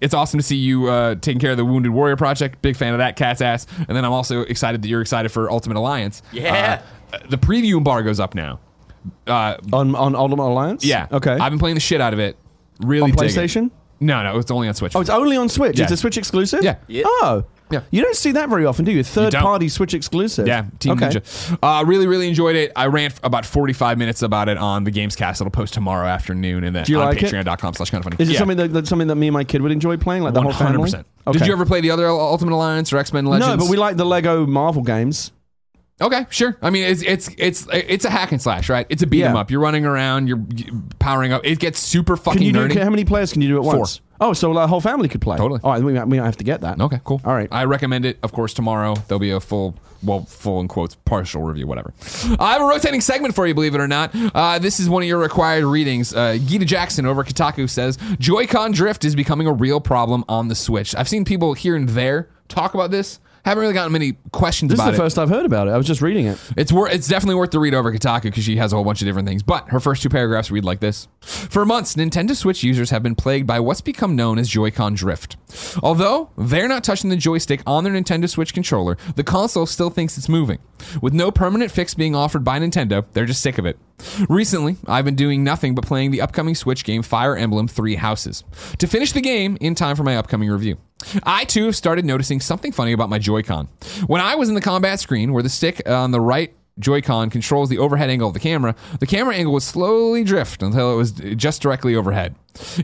Speaker 1: it's awesome to see you uh, taking care of the Wounded Warrior Project. Big fan of that, cat's ass. And then I'm also excited that you're excited for Ultimate Alliance.
Speaker 3: Yeah.
Speaker 1: Uh, the preview embargo's up now. Uh,
Speaker 2: on on Ultimate Alliance.
Speaker 1: yeah.
Speaker 2: Okay.
Speaker 1: I've been playing the shit out of it. Really.
Speaker 2: on
Speaker 1: digging it.
Speaker 2: PlayStation.
Speaker 1: No, no, it's only on Switch.
Speaker 2: Oh, it's only on Switch.
Speaker 1: Yeah.
Speaker 2: It's a Switch exclusive.
Speaker 1: Yeah.
Speaker 3: Yeah.
Speaker 2: Oh.
Speaker 1: Yeah.
Speaker 2: You don't see that very often, do you? Third party Switch exclusive.
Speaker 1: Yeah, Team
Speaker 2: okay.
Speaker 1: Ninja. Uh, really, really enjoyed it. I ran f- about 45 minutes about it on the Games Cast. It'll post tomorrow afternoon and then
Speaker 2: Do you
Speaker 1: on
Speaker 2: like it?
Speaker 1: patreon.com slash kind of funny.
Speaker 2: Is it something that, that's something that me and my kid would enjoy playing, like the whole family? Okay.
Speaker 1: Did you ever play the other Ultimate Alliance or X Men Legends?
Speaker 2: No, but we like the Lego Marvel games.
Speaker 1: Okay, sure. I mean, it's it's it's it's a hack and slash, right? It's a beat 'em
Speaker 2: Yeah.
Speaker 1: up. You're running around, you're powering up. It gets super fucking
Speaker 2: Can you do?
Speaker 1: nerdy.
Speaker 2: How many players can you do at
Speaker 1: Four.
Speaker 2: once? Oh, so the whole family could play.
Speaker 1: Totally.
Speaker 2: All right, we might, we might have to get that.
Speaker 1: Okay, cool.
Speaker 2: All right.
Speaker 1: I recommend it. Of course, tomorrow there'll be a full, well, full in quotes, partial review, whatever. I have a rotating segment for you, believe it or not. Uh, this is one of your required readings. Uh, Gita Jackson over at Kotaku says Joy-Con drift is becoming a real problem on the Switch. I've seen people here and there talk about this. Haven't really gotten many questions
Speaker 2: This is
Speaker 1: about
Speaker 2: the
Speaker 1: it.
Speaker 2: first I've heard about it. I was just reading it.
Speaker 1: It's wor- it's definitely worth the read over Kotaku because she has a whole bunch of different things. But her first two paragraphs read like this: For months, Nintendo Switch users have been plagued by what's become known as Joy-Con drift. Although they're not touching the joystick on their Nintendo Switch controller, the console still thinks it's moving. With no permanent fix being offered by Nintendo, they're just sick of it. Recently, I've been doing nothing but playing the upcoming Switch game Fire Emblem Three Houses to finish the game in time for my upcoming review. I too have started noticing something funny about my Joy-Con. When I was in the combat screen where the stick on the right Joy-Con controls the overhead angle of the camera, the camera angle would slowly drift until it was just directly overhead.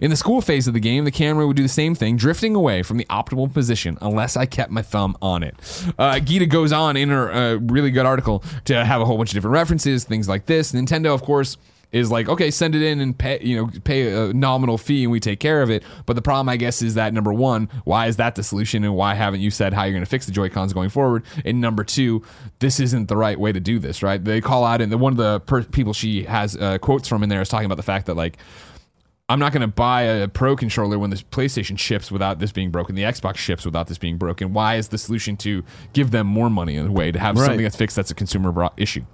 Speaker 1: In the school phase of the game, the camera would do the same thing, drifting away from the optimal position unless I kept my thumb on it. Uh, Gita goes on in her uh, really good article to have a whole bunch of different references, things like this. Nintendo, of course, is like okay send it in and pay you know pay a nominal fee and we take care of it but the problem i guess is that number one why is that the solution and why haven't you said how you're going to fix the joy cons going forward and number two this isn't the right way to do this right they call out and the one of the per- people she has uh, quotes from in there is talking about the fact that like I'm not going to buy a pro controller when the PlayStation ships without this being broken. The Xbox ships without this being broken. Why is the solution to give them more money in a way to have
Speaker 2: Right.
Speaker 1: something that's fixed that's a consumer bro- issue?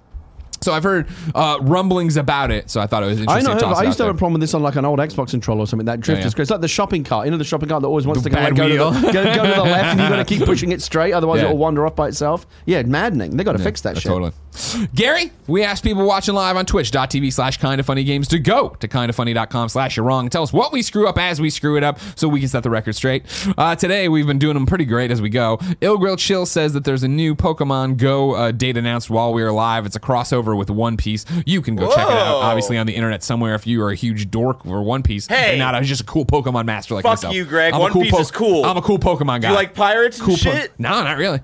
Speaker 1: So I've heard uh, rumblings about it. So I thought it was
Speaker 2: I
Speaker 1: interesting.
Speaker 2: know.
Speaker 1: to toss
Speaker 2: I
Speaker 1: it
Speaker 2: used to
Speaker 1: out
Speaker 2: have a
Speaker 1: there.
Speaker 2: problem with this on like an old Xbox controller or something. That drift
Speaker 1: Yeah, yeah.
Speaker 2: is great. It's like the shopping cart. You know, the shopping cart that always wants
Speaker 1: The
Speaker 2: to kind
Speaker 1: bad
Speaker 2: of go, to the,
Speaker 1: wheel.
Speaker 2: go, go to the left, and you got to keep pushing it straight, otherwise
Speaker 1: Yeah.
Speaker 2: it'll wander off by itself. Yeah, maddening. They got to fix that
Speaker 1: Yeah,
Speaker 2: shit.
Speaker 1: Totally. Gary, we asked people watching live on twitch.tv slash kind of funny games to go to kindoffunny.com slash you're wrong and tell us what we screw up as we screw it up so we can set the record straight. Uh, today, we've been doing them pretty great as we go. Ill Grill Chill says that there's a new Pokemon Go uh, date announced while we are live. It's a crossover with One Piece. You can go check it out,
Speaker 3: Whoa.
Speaker 1: obviously, on the internet somewhere if you are a huge dork for One Piece
Speaker 3: Hey.
Speaker 1: and not a, just a cool Pokemon master like
Speaker 3: Fuck
Speaker 1: myself.
Speaker 3: you, Greg.
Speaker 1: I'm a
Speaker 3: One Piece is cool.
Speaker 1: I'm a cool Pokemon guy.
Speaker 3: You like pirates and
Speaker 1: cool po-
Speaker 3: shit?
Speaker 1: No, not really.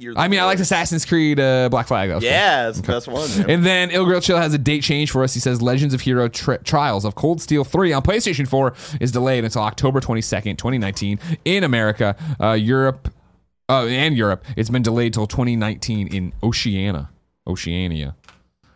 Speaker 3: You're the
Speaker 1: I mean, I liked
Speaker 3: worst.
Speaker 1: Assassin's Creed uh, Black Flag. That was cool.
Speaker 3: Yeah, that's the best one. man.
Speaker 1: And then Il Grill Chill has a date change for us. He says Legends of Hero tri- Trials of Cold Steel 3 on PlayStation 4 is delayed until October 22nd, 2019 in America, uh, Europe, uh, and Europe. It's been delayed till 2019 in Oceania. Oceania.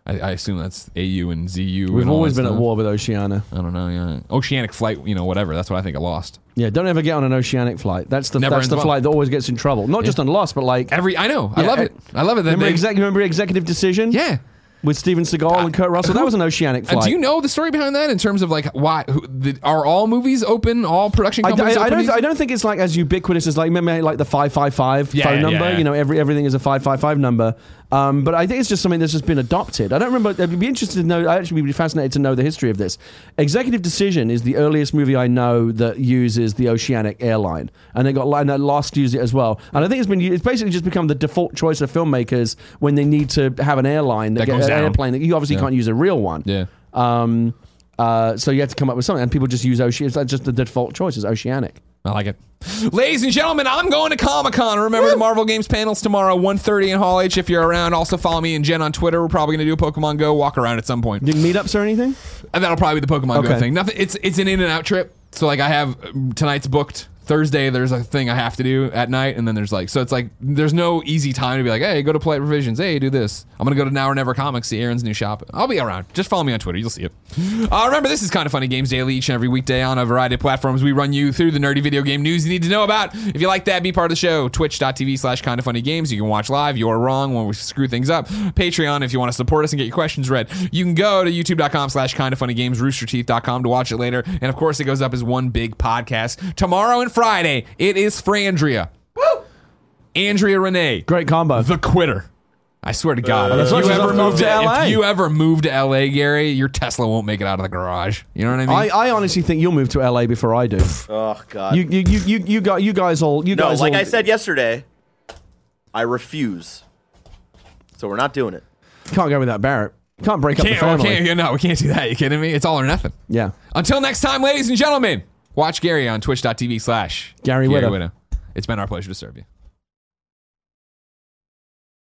Speaker 1: I, I assume that's AU and ZU.
Speaker 2: We've
Speaker 1: and all
Speaker 2: always
Speaker 1: that
Speaker 2: been at
Speaker 1: stuff.
Speaker 2: war with Oceania.
Speaker 1: I don't know. Yeah. Oceanic flight, you know, whatever. That's what I think I lost.
Speaker 2: Yeah, don't ever get on an Oceanic flight. That's the
Speaker 1: Never
Speaker 2: that's
Speaker 1: ends
Speaker 2: the
Speaker 1: well.
Speaker 2: flight that always gets in trouble. Not just on Lost, but like
Speaker 1: Every I know. I
Speaker 2: Yeah,
Speaker 1: love it. I love it. That
Speaker 2: remember,
Speaker 1: they,
Speaker 2: exec- remember executive decision?
Speaker 1: yeah.
Speaker 2: with Steven Seagal and Kurt Russell. That was an Oceanic
Speaker 1: Uh,
Speaker 2: flight.
Speaker 1: do you know the story behind that in terms of like why who, the, are all movies open? All production
Speaker 2: I,
Speaker 1: companies
Speaker 2: I- I
Speaker 1: open
Speaker 2: don't.
Speaker 1: these?
Speaker 2: I don't think it's like as ubiquitous as like maybe like the five five five
Speaker 1: Yeah,
Speaker 2: phone
Speaker 1: yeah,
Speaker 2: number.
Speaker 1: yeah.
Speaker 2: You know, every everything is a five five five number. Um, but I think it's just something that's just been adopted. I don't remember. I'd be interested to know. I'd actually be fascinated to know the history of this. Executive Decision is the earliest movie I know that uses the Oceanic airline, and they got and they lost used it as well. And I think it's been it's basically just become the default choice of filmmakers when they need to have an airline
Speaker 1: That
Speaker 2: that, get-
Speaker 1: goes
Speaker 2: an
Speaker 1: down.
Speaker 2: airplane that you obviously can't use a real one.
Speaker 1: Yeah.
Speaker 2: Um, uh, so you had to come up with something, and people just use ocean. It's just the default choice is oceanic.
Speaker 1: I like it. Ladies and gentlemen, I'm going to Comic Con. Remember the Marvel Games panels tomorrow, 1.30 in Hall H if you're around. Also follow me and Jen on Twitter. We're probably gonna do a Pokemon Go walk around at some point.
Speaker 2: Did meetups or anything?
Speaker 1: And that'll probably be the Pokemon Go
Speaker 2: Okay.
Speaker 1: thing. Nothing it's it's an in and out trip. So like I have um, tonight's booked. Thursday there's a thing I have to do at night, and then there's like so it's like there's no easy time to be like, hey, go to Polite Revisions, hey, do this. I'm gonna go to Now or Never Comics, see Aaron's new shop. I'll be around. Just follow me on Twitter, you'll see it. Uh, remember, this is kind of funny games daily each and every weekday on a variety of platforms. We run you through the nerdy video game news you need to know about. If you like that, be part of the show. Twitch.tv slash kind of funny games. You can watch live. You're wrong when we screw things up. Patreon if you want to support us and get your questions read. You can go to youtube.com slash kind of funny games, roosterteeth.com to watch it later. And of course, it goes up as one big podcast. Tomorrow and Friday, it is Frandria. Woo! Andrea Renee,
Speaker 2: Great combo.
Speaker 1: the quitter. I swear to God,
Speaker 2: Uh, that's
Speaker 1: if,
Speaker 2: why
Speaker 1: you
Speaker 2: she's
Speaker 1: ever
Speaker 2: off
Speaker 1: move
Speaker 2: to
Speaker 1: to,
Speaker 2: LA.
Speaker 1: if you ever move to LA, Gary, your Tesla won't make it out of the garage. You know what I mean?
Speaker 2: I, I honestly think you'll move to LA before I do.
Speaker 3: Oh God.
Speaker 2: You you you you, you got you guys all you
Speaker 3: no,
Speaker 2: guys
Speaker 3: like
Speaker 2: all-
Speaker 3: I said yesterday, I refuse. So we're not doing it.
Speaker 2: can't go without Barrett. Can't break up the
Speaker 1: can't,
Speaker 2: family.
Speaker 1: we can't, no, we can't do that. You kidding me? It's all or nothing.
Speaker 2: Yeah,
Speaker 1: Until next time, ladies and gentlemen, watch Gary on twitch.tv slash
Speaker 2: Gary Whitta.
Speaker 1: It's been our pleasure to serve you.